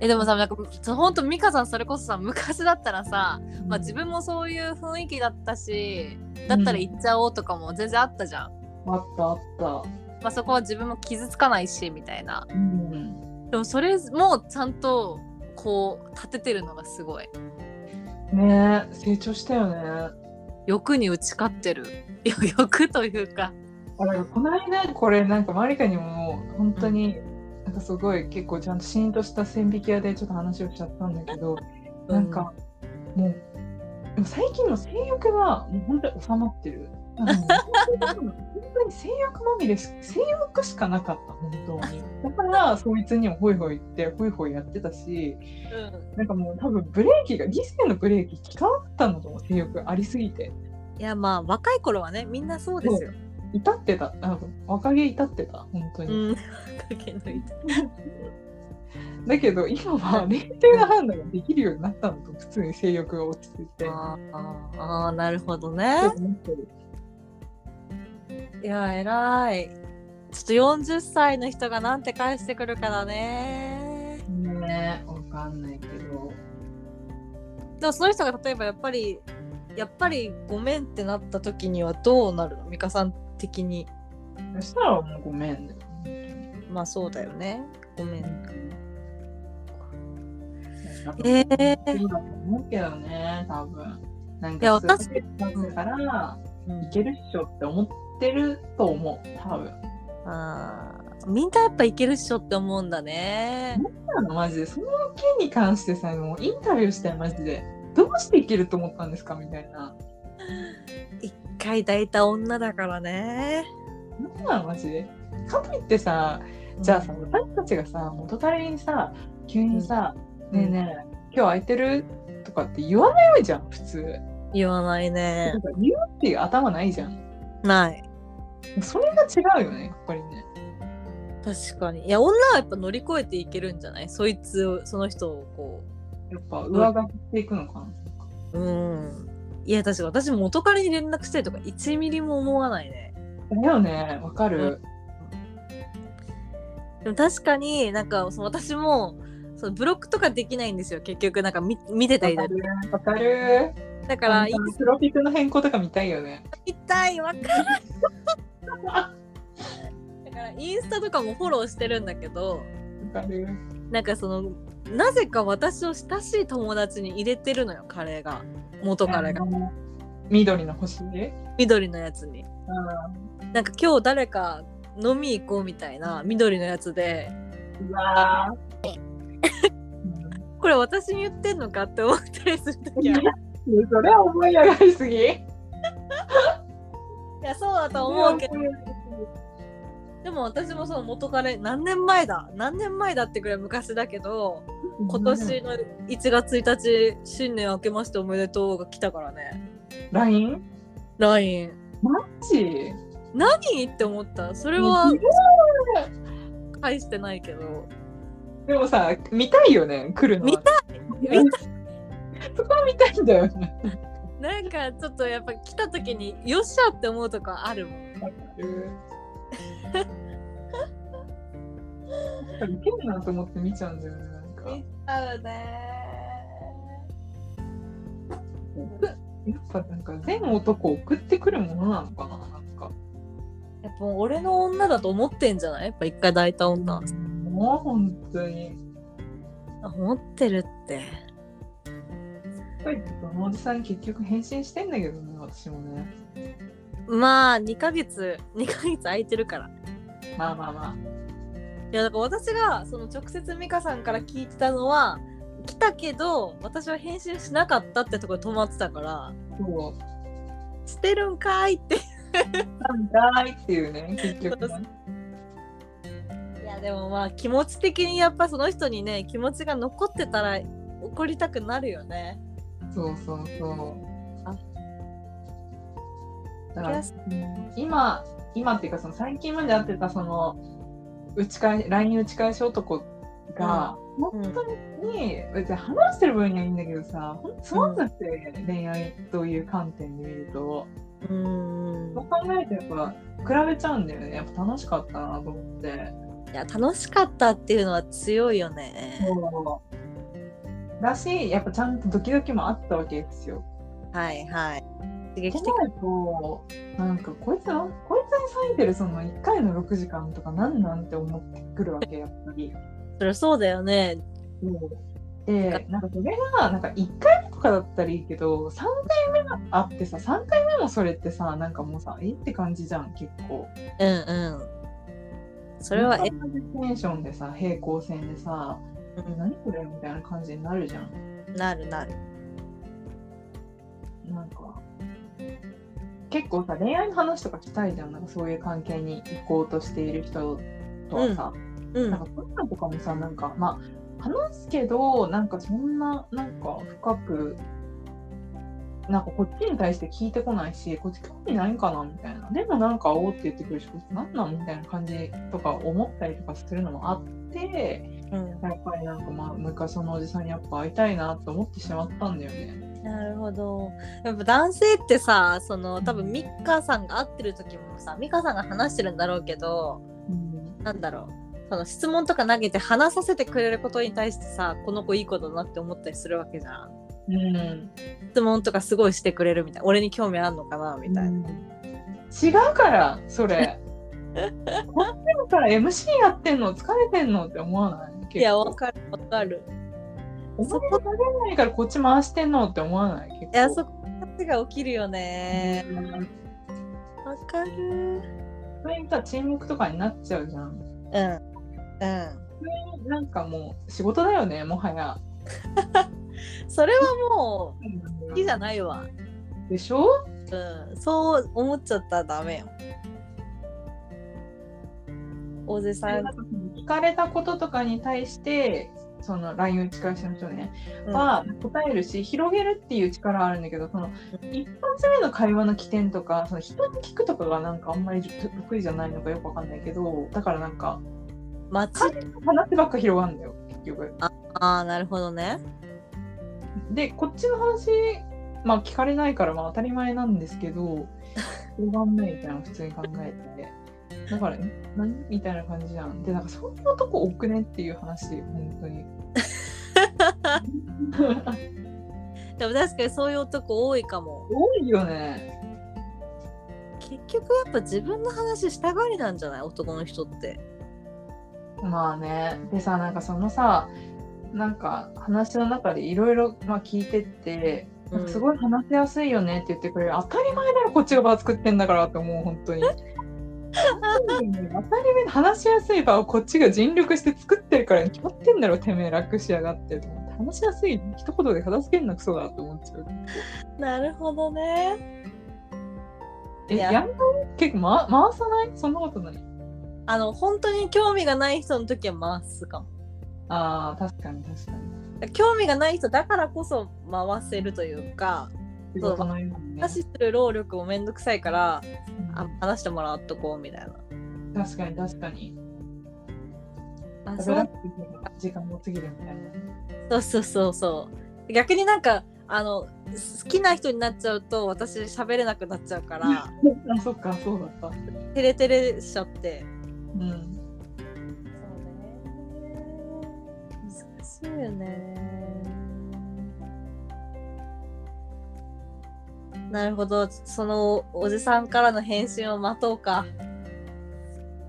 Speaker 2: えでもさなんかそほんと美香さんそれこそさ昔だったらさ、まあ、自分もそういう雰囲気だったしだったら行っちゃおうとかも全然あったじゃん、
Speaker 1: あったあった。
Speaker 2: まあ、そこは自分も傷つかないしみたいな
Speaker 1: うん。
Speaker 2: でもそれもちゃんとこう立ててるのがすごい
Speaker 1: ねえ成長したよね。
Speaker 2: 欲に打ち勝ってる いや欲というか
Speaker 1: あなんかこの間これなんかマリカにも本当になんかすごい結構ちゃんとシーンとした線引き屋でちょっと話をしちゃったんだけど、なんかもうでも最近の性欲はもう本当に収まってる。なんかもう本当に性欲まみれし性欲しかなかった本当にだからそいつにもホイホイ言ってホイホイやってたし
Speaker 2: う
Speaker 1: なんかもう多分ブレーキが理性のブレーキ効かなかったのと思う性欲ありすぎて
Speaker 2: ん、いやまあ若い頃はねみんなそうですよ、
Speaker 1: 至ってたなんか若気至ってた本当に。
Speaker 2: うん、駆け抜いて
Speaker 1: だけど今は冷静な判断ができるようになったのと普通に性欲が落ち着いて。
Speaker 2: あーあーなるほどね
Speaker 1: ちょっと思ってる
Speaker 2: いや偉いちょっと40歳の人がなんて返してくるからね
Speaker 1: ねわかんないけど。
Speaker 2: でもその人が例えばやっぱりやっぱりごめんってなった時にはどうなるの美香さん的に
Speaker 1: そしたらもうごめんだよ。
Speaker 2: まあそうだよねごめん
Speaker 1: なんか
Speaker 2: えー、
Speaker 1: そうだと思うけどね、多分。なん
Speaker 2: いや
Speaker 1: かすごい
Speaker 2: 私
Speaker 1: だから、いけるっしょって思ってると思う、多分。
Speaker 2: あーみんなやっぱいけるっしょって思うんだね
Speaker 1: 今のマジで、その件に関してさ、もうインタビューしてマジで、どうしていけると思ったんですかみたいな。
Speaker 2: 一回抱いた女だからね
Speaker 1: なんなのマジで。かといってさ、じゃあさ、私たちがさ、元彼にさ、急にさ、
Speaker 2: うん
Speaker 1: ねえねえ、今日空いてるとかって言わないじゃん、普通。
Speaker 2: 言わないね
Speaker 1: なんか言うっていう頭ないじゃん。
Speaker 2: ない
Speaker 1: それが違うよね、やっぱりね。
Speaker 2: 確かにいや女はやっぱ乗り越えていけるんじゃないそいつをその人をこ
Speaker 1: やっぱ上書きしていくのかな。
Speaker 2: ううんいや確かに私元彼に連絡したいとか1ミリも思わないね
Speaker 1: だよね、わかる。
Speaker 2: でも確かになんかその私もそのブロックとかできないんですよ結局なんか見見てた
Speaker 1: わ
Speaker 2: り
Speaker 1: か
Speaker 2: だ
Speaker 1: る。わかる。
Speaker 2: だから
Speaker 1: あのプロフィクの変更とか見たいよね。
Speaker 2: 痛いわかるだからインスタとかもフォローしてるんだけど
Speaker 1: わかる。
Speaker 2: なんかそのなぜか私を親しい友達に入れてるのよ彼が元彼が
Speaker 1: あの緑の星で。
Speaker 2: 緑のやつになんか今日誰か飲み行こうみたいな緑のやつで
Speaker 1: うん。うわー。
Speaker 2: これ私に言ってんのかって思ったりする 時ある
Speaker 1: うんそれは思い上がりすぎ。
Speaker 2: いやそうだと思うけどでも私もその元彼何年前だ何年前だってくらい昔だけど今年の1月1日新年明けましておめでとうが来たからね
Speaker 1: LINE?
Speaker 2: LINE
Speaker 1: マジ
Speaker 2: 何って思ったそれは返してないけど
Speaker 1: でもさ見たいよね来るの
Speaker 2: 見
Speaker 1: た
Speaker 2: い見
Speaker 1: そこは見たいんだ よね
Speaker 2: なんかちょっとやっぱ来た時によっしゃって思うとかあるもん
Speaker 1: やっぱり変だなと思って見ちゃうんだよねなんかや
Speaker 2: そうね
Speaker 1: っぱなんか全男送ってくるものなのかななんか
Speaker 2: やっぱ俺の女だと思ってんじゃないやっぱ一回抱いた女
Speaker 1: もう本当に
Speaker 2: 思ってるって
Speaker 1: やっぱりこのおじさん結局返信してんだけどね私もね
Speaker 2: まあ2ヶ月2ヶ月空いてるから
Speaker 1: まあまあまあ
Speaker 2: いやだから私がその直接美香さんから聞いてたのは来たけど私は返信しなかったってとこで止まってたから
Speaker 1: そう
Speaker 2: 捨てるんかいって
Speaker 1: なんだーいっていうね結局ね
Speaker 2: いやでもまあ気持ち的にやっぱその人にね気持ちが残ってたら怒りたくなるよね
Speaker 1: そうそうそう
Speaker 2: あ
Speaker 1: だから今今っていうかその最近まで会ってたその打ち返 LINE 打ち返し男が、
Speaker 2: うん
Speaker 1: 本当に別に話してる分にはいいんだけどさほんとつまんなくて、恋愛という観点で見ると
Speaker 2: うーん
Speaker 1: そう考えるとやっぱ比べちゃうんだよねやっぱ楽しかったなと思って
Speaker 2: いや楽しかったっていうのは強いよね
Speaker 1: そうだしやっぱちゃんとドキドキもあったわけですよ。
Speaker 2: はいはい。刺激
Speaker 1: で
Speaker 2: 的。
Speaker 1: ないとなんかこいつなんこいつに割いてるその1回の6時間とかなんなんて思ってくるわけやっぱり。
Speaker 2: そりゃそうだよね。
Speaker 1: でなんかそれがなんか1回目とかだったらいいけど3回目があってさ3回目もそれってさなんかもうさえって感じじゃん結構。
Speaker 2: うんうん。それは、
Speaker 1: エ
Speaker 2: え
Speaker 1: ン、テンションでさ平行線でさえ何これみたいな感じになるじゃん。
Speaker 2: なるなる。
Speaker 1: なんか結構さ恋愛の話とかしたいじゃんなんかそういう関係に行こうとしている人とはさ、
Speaker 2: う
Speaker 1: なん
Speaker 2: ん
Speaker 1: か。そういうのとかもさなんかまあ話すけどなんかそんななんか深くなんかこっちに対して聞いてこないしこっち興味ないんかなみたいなでもなんか「おお」って言ってくるしこいつ何なんみたいな感じとか思ったりとかするのもあって
Speaker 2: うん
Speaker 1: やっぱりなんかまあ昔そのおじさんにやっぱ会いたいなと思ってしまったんだよね。
Speaker 2: なるほど。やっぱ男性ってさ、その多分ミカさんが会ってる時もさ、ミカさんが話してるんだろうけど、
Speaker 1: うん
Speaker 2: なんだろう。その質問とか投げて話させてくれることに対してさ、この子いい子だなって思ったりするわけじゃん。
Speaker 1: うん
Speaker 2: 質問とかすごいしてくれるみたいな。俺に興味あんのかなみたい
Speaker 1: 違
Speaker 2: な。
Speaker 1: うからそれ こっちもから MC やってんの疲れてんのって思わない
Speaker 2: いや、
Speaker 1: お
Speaker 2: わかるわかる。
Speaker 1: そこ食べないからこっち回してんのって思わない結構
Speaker 2: いや、そこが起きるよね。
Speaker 1: うん
Speaker 2: わかる。
Speaker 1: それにさ沈黙とかになっちゃうじゃん
Speaker 2: うん。うん。
Speaker 1: なんかもう仕事だよねもはや
Speaker 2: それはもう好きじゃないわ。
Speaker 1: でしょ
Speaker 2: うん。そう思っちゃったらダメよ。大勢さ
Speaker 1: なん
Speaker 2: ん
Speaker 1: か。その聞かれたこととかに対してその LINE 打ち返しの人ね、
Speaker 2: うん
Speaker 1: は答えるし広げるっていう力はあるんだけどその一発目の会話の起点とかその人に聞くとかがなんかあんまり得意じゃないのかよくわかんないけどだからなんか
Speaker 2: 待ち。
Speaker 1: 話ばっか広がるんだよ結局。
Speaker 2: ああ、なるほどね。
Speaker 1: でこっちの話まあ聞かれないからまあ当たり前なんですけ ど広がんないみたいなの普通に考えててだからえ何みたいな感じじゃんでなんかそういうとこ多くねっていう話本当に。
Speaker 2: でも確かにそういう男多いかも。
Speaker 1: 多いよね。
Speaker 2: 結局やっぱ自分の話したがりなんじゃない男の人って。
Speaker 1: まあねでさなんかそのさなんか話の中でいろいろ聞いてって、なんかす
Speaker 2: い。
Speaker 1: ごい話せやすいよねって言ってくれる当たり前だろこっちが場作ってんだからって思う本当に本当にね当たり前話しやすい場をこっちが尽力して作ってるからに決まってんだろてめえ楽しやがってと思って話しやすい一言で片付けんなクソだと思っちゃう
Speaker 2: なるほどね。
Speaker 1: え
Speaker 2: いや
Speaker 1: やんない結構、ま、回さないそんなことない
Speaker 2: あの本当に興味がない人の時は回すかも。
Speaker 1: あー確かに確かに
Speaker 2: 興味がない人だからこそ回せるというか
Speaker 1: 仕事のようにね
Speaker 2: 話する労力もめんどくさいからあ話してもらっとこうみたいな。
Speaker 1: 確かに確かに
Speaker 2: あ
Speaker 1: 食べなくていいから時間も過ぎるみたいな
Speaker 2: そうそうそうそう逆になんかあの好きな人になっちゃうと私喋れなくなっちゃうから
Speaker 1: あそっかそうだった
Speaker 2: テレテレしちゃって
Speaker 1: うん
Speaker 2: そうね難しいよねなるほどそのおじさんからの返信を待とうか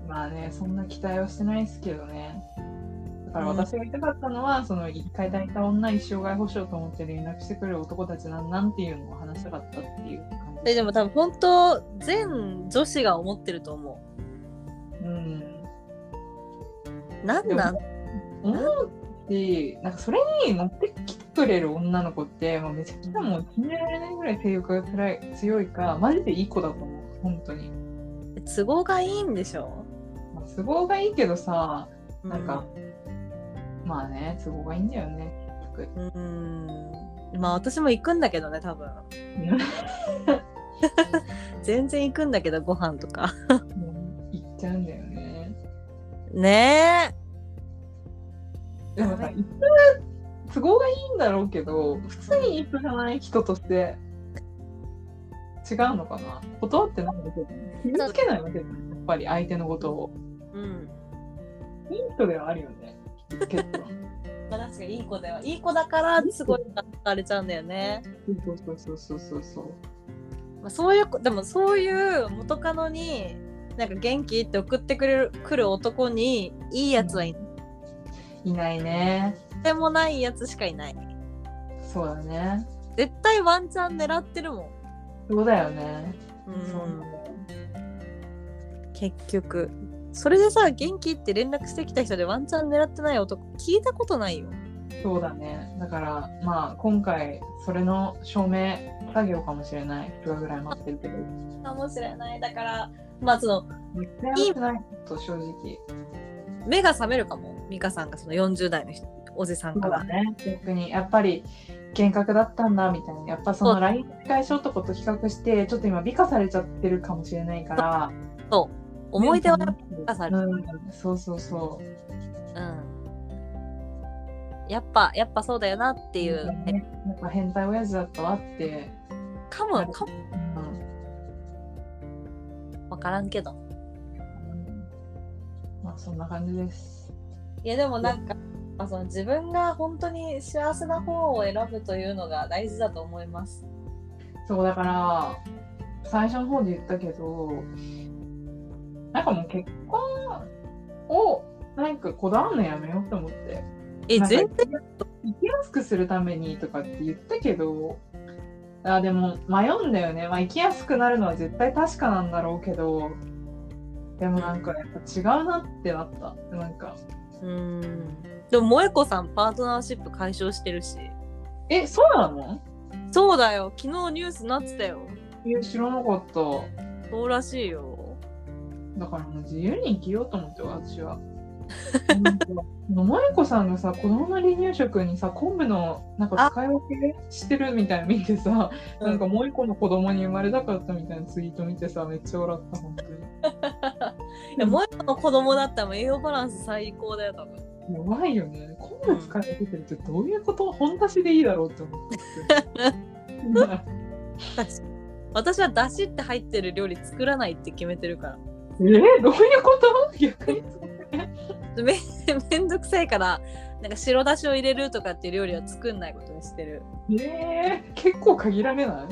Speaker 1: まあねそんな期待はしてないですけどねだから
Speaker 2: うん
Speaker 1: 私が言いたかったのは、その一回抱いた女一生涯保障と思って連絡してくる男たちなんなんていうのを話したかったっていう感
Speaker 2: え
Speaker 1: じ
Speaker 2: でも多分本当全女子が思ってると思
Speaker 1: うん
Speaker 2: うなんなん
Speaker 1: 思うしなんかそれに乗ってきてくれる女の子って、まあ、めちゃくちゃもう信じられないぐらい性欲が辛い強いかマジでいい子だと思う本当に、
Speaker 2: 都合がいいんでしょ
Speaker 1: まあ、都合がいいけどさなんか、
Speaker 2: う
Speaker 1: まあね都合がいいんだよね結局
Speaker 2: うーんまあ私も行くんだけどね多分全然行くんだけどご飯とか
Speaker 1: もう行っちゃうんだよね。
Speaker 2: ね
Speaker 1: でもさ、
Speaker 2: は
Speaker 1: 行く都合がいいんだろうけど、普通に行くじゃない人として。違うのかな断ってないわけじゃない。傷つけないわけじゃない。やっぱり相手のことを。
Speaker 2: えうん
Speaker 1: いい人ではあるよね。結構。
Speaker 2: まあ確確かにいい子だよ。いい子だからすごいあれちゃうんだよね。
Speaker 1: そうそうそうそうそうそう
Speaker 2: まあ、そういう子でもそういう元カノになんか元気って送ってくれる来る男にいいやつはいない
Speaker 1: いないね
Speaker 2: でもないやつしかいない。
Speaker 1: そうだね
Speaker 2: 絶対ワンチャン狙ってるもん。
Speaker 1: そうだよね
Speaker 2: そ
Speaker 1: そう
Speaker 2: う
Speaker 1: なん
Speaker 2: ん
Speaker 1: だよ
Speaker 2: 結局それでさ元気って連絡してきた人でワンチャン狙ってない男聞いたことないよ
Speaker 1: そうだねだからまあ今回それの証明作業かもしれないプログラム待ってるけど
Speaker 2: かもしれないだからまあその
Speaker 1: 絶対合ってないと正直
Speaker 2: 目が覚めるかも美香さんがその40代の人おじさん
Speaker 1: そ
Speaker 2: か
Speaker 1: うだ
Speaker 2: ら
Speaker 1: ね逆にやっぱり幻覚だったんだみたいなやっぱそ
Speaker 2: そ
Speaker 1: の
Speaker 2: う
Speaker 1: LINE の返し男と比較してちょっと今美化されちゃってるかもしれないから
Speaker 2: 思い出はやっ
Speaker 1: 美
Speaker 2: 化され
Speaker 1: うん、そうそうそうっ
Speaker 2: ぱ,、うん、やっぱやっぱそうだよなって
Speaker 1: て
Speaker 2: いう、
Speaker 1: ね、やっぱ変態親父だったわって、
Speaker 2: かもかも
Speaker 1: うん
Speaker 2: 分からんけど
Speaker 1: まあそんな感じです
Speaker 2: いやでもなんか、まあ、その自分が本当に幸せな方を選ぶというのが大事だと思います
Speaker 1: そうだから最初の方で言ったけどなんかもう結婚をなんかこだわるのやめようと思って
Speaker 2: え
Speaker 1: なんか
Speaker 2: 全
Speaker 1: 生きやすくするためにとかって言ったけどあでも迷うんだよね、まあ、生きやすくなるのは絶対確かなんだろうけどでもなんかやっぱ違うなってなったなんか
Speaker 2: うんでも萌子さんパートナーシップ解消してるし
Speaker 1: えそうなの
Speaker 2: そうだよ昨日ニュースなってたよ
Speaker 1: いや知らなかった
Speaker 2: そうらしいよ
Speaker 1: だからもう自由に生きようと思って私は。なんかあの萌子さんがさ子供の離乳食にさ昆布のなんか使い分けしてるみたいなの見てさなんか萌子の子供に生まれたかったみたいなツイート見てさめっちゃ笑った本当に。
Speaker 2: いや萌子の子供だったらもう栄養バランス最高だよ多分
Speaker 1: やばいよね。こんな使い分けてるってどういうこと、本出しでいいだろうって思って。
Speaker 2: 私はだしって入ってる料理作ら ないって決めてるか
Speaker 1: えー、どういうこと逆に
Speaker 2: らめめんどくさいからなんか白だしを入れるとかっていう料理は作んないことにしてる
Speaker 1: えー、結構限られな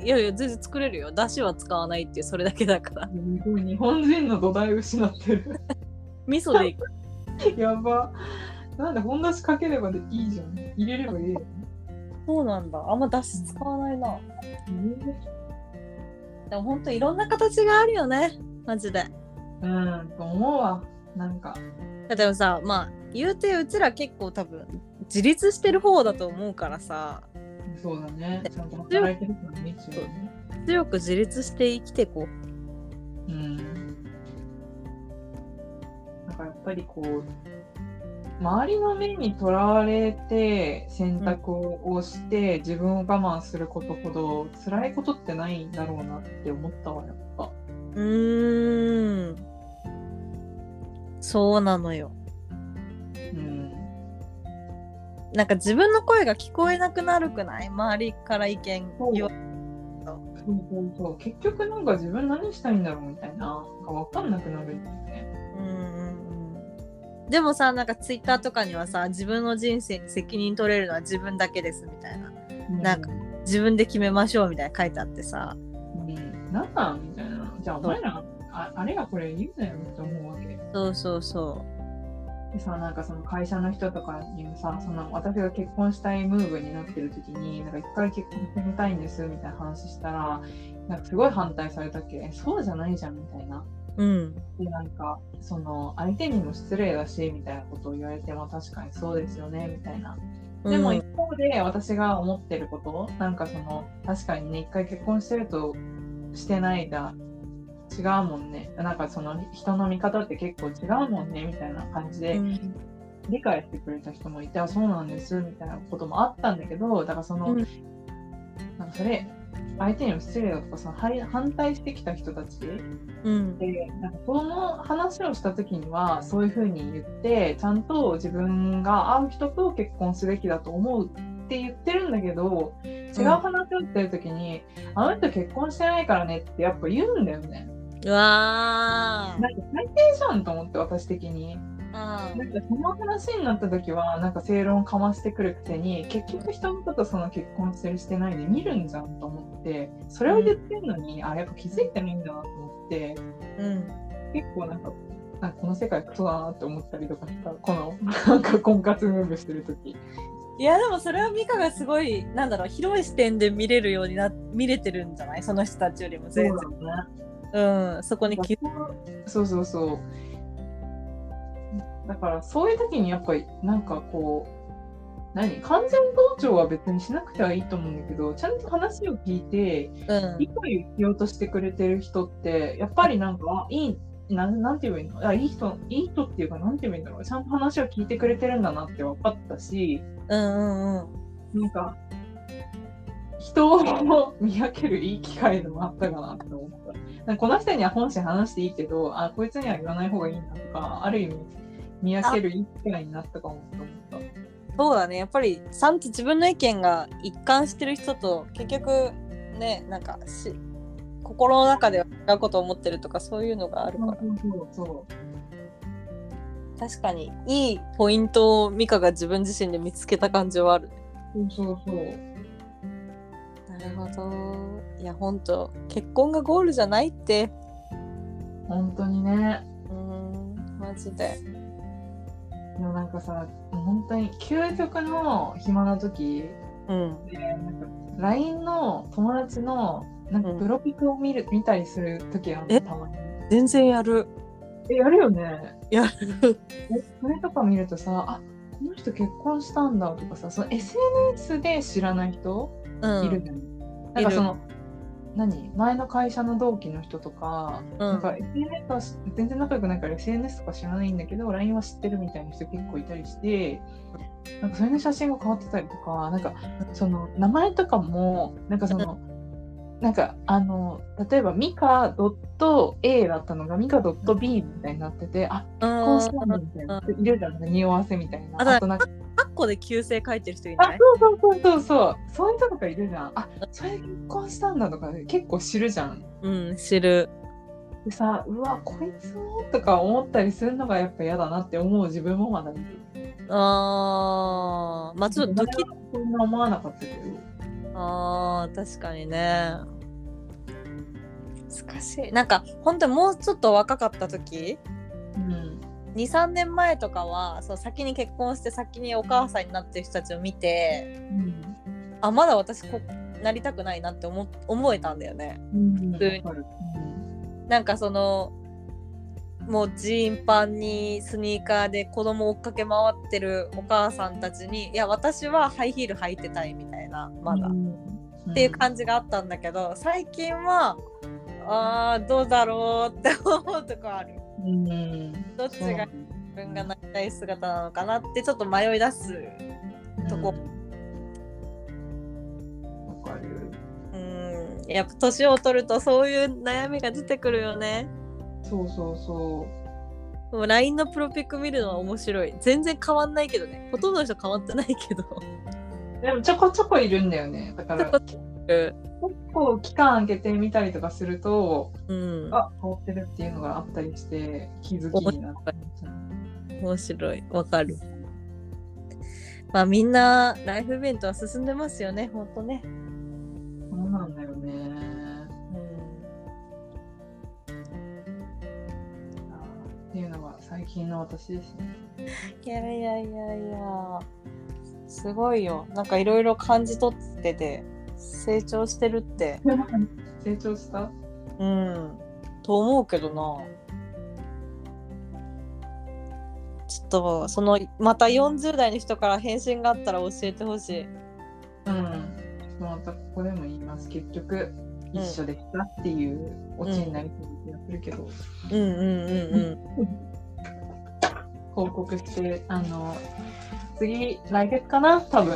Speaker 1: い
Speaker 2: いやいや全然作れるよだしは使わないっていうそれだけだから
Speaker 1: すごい日本人の土台失ってる。
Speaker 2: 味噌でいく
Speaker 1: やば。なんで本出しかければでいいじゃん。入れればいいじゃん。
Speaker 2: そうなんだあんまだし使わないなでもほんといろんな形があるよねマジで
Speaker 1: うん、と思うわ。なんか。
Speaker 2: だでもさまあ言うてうちら結構多分自立してる方だと思うからさ
Speaker 1: そうだね。ちゃんと働いてるからね、一応ね。
Speaker 2: 強く自立して生きてこう
Speaker 1: うんなんかやっぱりこう周りの目にとらわれて選択をして自分を我慢することほど辛いことってないんだろうなって思ったわやっぱ。
Speaker 2: うーんそうなのよ
Speaker 1: うん、
Speaker 2: なんか自分の声が聞こえなくなるくない周りから意見
Speaker 1: そう
Speaker 2: 言わ
Speaker 1: そうそうそう結局なんか自分何したいんだろうみたいななんか分かんなくなるんだよね。
Speaker 2: うんうんうんでもさなんかツイッターとかにはさ自分の人生に責任取れるのは自分だけですみたいななんか自分で決めましょうみたいな書いてあってさ
Speaker 1: うん、なんなんみたいな。じゃあお前らああれがこれ言うなよって思うわけ。
Speaker 2: そうそうそ
Speaker 1: でさなんかその会社の人とかにもさその私が結婚したいムーブになってる時になんか一回結婚してみたいんですみたいな話したらなんかすごい反対されたっけえそうじゃないじゃんみたいな
Speaker 2: ううん
Speaker 1: でなんかその相手にも失礼だしみたいなことを言われても確かにそうですよねみたいなでも
Speaker 2: うん
Speaker 1: 一方で私が思ってることなんかその確かにね一回結婚してるとしてないが違うもんねなんかその人の見方って結構違うもんねみたいな感じで
Speaker 2: うん
Speaker 1: 理解してくれた人もいてあそうなんですみたいなこともあったんだけどだからその、
Speaker 2: うん
Speaker 1: なんかそれ相手にも失礼だとかそのはい反対してきた人たち
Speaker 2: うん
Speaker 1: でなんかその話をした時にはそういうふうに言ってちゃんと自分が合う人と結婚すべきだと思うって言ってるんだけど違う話をしてる時に、あの人結婚してないからねってやっぱ言うんだよね。
Speaker 2: うわー
Speaker 1: なんか最低じゃんと思って私的に。
Speaker 2: うん
Speaker 1: なんかその話になった時はなんか正論かましてくるくせに結局人のことその結婚してるしてないで見るんじゃんと思ってそれを言ってるのに、あやっぱ気づいてないんだなと思って
Speaker 3: うん
Speaker 1: 結構なんかなんかこの世界クソだなって思ったりとかしたこのなんか婚活ムーブしてる時
Speaker 2: いやでもそれは美香がすごいなんだろう広い視点で見れるようにな見れてるんじゃないその人たちよりも全然
Speaker 1: そうだね
Speaker 2: うんそこに気づ
Speaker 1: そうそうそう。だからそういう時にやっぱりなんかこう何完全同調は別にしなくてはいいと思うんだけどちゃんと話を聞いて
Speaker 2: うん
Speaker 1: 理解をしようとしてくれてる人ってやっぱりなんかあいいなんなんて言えばいいのあいい人いい人っていうかなんて言えばいいんだろうちゃんと話を聞いてくれてるんだなって分かったし
Speaker 2: うんうんうん
Speaker 1: なんか人を 見分けるいい機会でもあったかなって思った。なんかこの人には本心話していいけど、あこいつには言わない方がいいなとか、ある意味見分けるいい機会になったかもと思った。
Speaker 2: そうだねやっぱりさんと自分の意見が一貫してる人と結局ねなんかし心の中では違うことを思ってるとかそういうのがあるから
Speaker 1: そうそうそ
Speaker 2: 確かにいいポイントを美香が自分自身で見つけた感じはある
Speaker 1: うそうそうそう。
Speaker 2: なるほどいやほんと結婚がゴールじゃないって
Speaker 1: 本当にね。
Speaker 2: うーんマジで
Speaker 1: でもなんかさ、本当に究極の暇な時
Speaker 2: うん
Speaker 1: で、なんか LINE の友達のなんか
Speaker 2: うん
Speaker 1: プロピクを見る、見たりする時あるの
Speaker 2: え
Speaker 1: たまに。
Speaker 2: 全然やる
Speaker 1: え、やるよね。
Speaker 2: やる
Speaker 1: えそれとか見るとさあこの人結婚したんだとかさその SNS で知らない人
Speaker 2: うん
Speaker 1: いるじゃん、なんかその何前の会社の同期の人とか,、
Speaker 2: うん
Speaker 1: なんか SNS はし全然仲良くないから SNS とか知らないんだけど LINE は知ってるみたいな人結構いたりしてなんかそれの写真が変わってたりとかなんかその名前とかもなんかそ の、なんかあの例えばミカ .a だったのがミカ .b みたいになっててあ
Speaker 2: うん
Speaker 1: こうしたんだみたいな。いるじゃん、匂わせみたい
Speaker 2: あ
Speaker 1: な。
Speaker 2: だ
Speaker 1: あとなんか、
Speaker 2: カッコで旧姓書いてる人い
Speaker 1: あ
Speaker 2: な、い
Speaker 1: そうそうそうそうそう、そういう人とかいるじゃん。あ、それで結婚したんだとか、結構知るじゃん。
Speaker 2: うん知る
Speaker 1: でさ、うわ、こいつもとか思ったりするのがやっぱ嫌だなって思う自分もまだいる。
Speaker 2: あーまあちょっとドキッ
Speaker 1: そんな思わなかったけど。
Speaker 2: あー確かにね難しいなんか本当にもうちょっと若かった時
Speaker 1: うん。
Speaker 2: 23年前とかはそう先に結婚して先にお母さんになってる人たちを見て
Speaker 1: うん。
Speaker 2: あまだ私こなりたくないなって思思えたんだよね
Speaker 1: うん。
Speaker 2: 普通に
Speaker 1: わかる
Speaker 2: なんかそのもうジーンパンにスニーカーで子供追っかけ回ってるお母さんたちにいや私はハイヒール履いてたいみたいなまだ、
Speaker 1: うん
Speaker 2: っていう感じがあったんだけど最近はあーどうだろうって思うとこある
Speaker 1: うん。
Speaker 2: どっち
Speaker 1: そう
Speaker 2: が自分がなりたい姿なのかなってちょっと迷い出すとこ
Speaker 1: うんわかる。
Speaker 2: うんやっぱ年を取るとそういう悩みが出てくるよね
Speaker 1: そうそうそう。
Speaker 2: でも LINE のプロピック見るのは面白い全然変わんないけどねほとんどの人変わってないけど
Speaker 1: でもちょこちょこいるんだよね。だから
Speaker 2: ちょこ
Speaker 1: 結
Speaker 2: う
Speaker 1: 構期間空けてみたりとかすると、
Speaker 2: ん
Speaker 1: あ変わってるっていうのがあったりして気づきになったりする。
Speaker 2: 面白いわかるまあみんなライフイベントは進んでますよねほんとね
Speaker 1: そうなんだよね。っていうのが最近の私ですね。
Speaker 2: いやいやいやいやすごいよなんかいろいろ感じ取ってて成長してるって
Speaker 1: 成長した
Speaker 2: うんと思うけどなちょっとそのまた40代の人から返信があったら教えてほしい
Speaker 1: うん。またここでも言います。結局、一緒でしたっていうオチになりそうな気がするけど、
Speaker 2: うんうんうん
Speaker 1: 報告して、あの、次、来月かな多分。
Speaker 2: う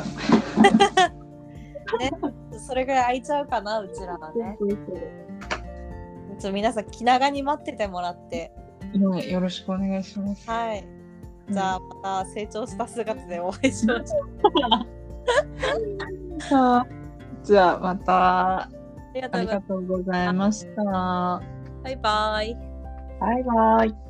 Speaker 2: んそれぐらい空いちゃうかなうちらはねちょっと皆さん気長に待っててもらって
Speaker 1: はいよろしくお願いします。
Speaker 2: はいじゃあまた成長した姿でお会いしましょう
Speaker 1: さあじゃあまた
Speaker 2: ありがと
Speaker 1: あ
Speaker 2: う
Speaker 1: り
Speaker 2: ござい
Speaker 1: がと
Speaker 2: ま
Speaker 1: うございました。バ
Speaker 2: すバイバイ
Speaker 1: イバイ。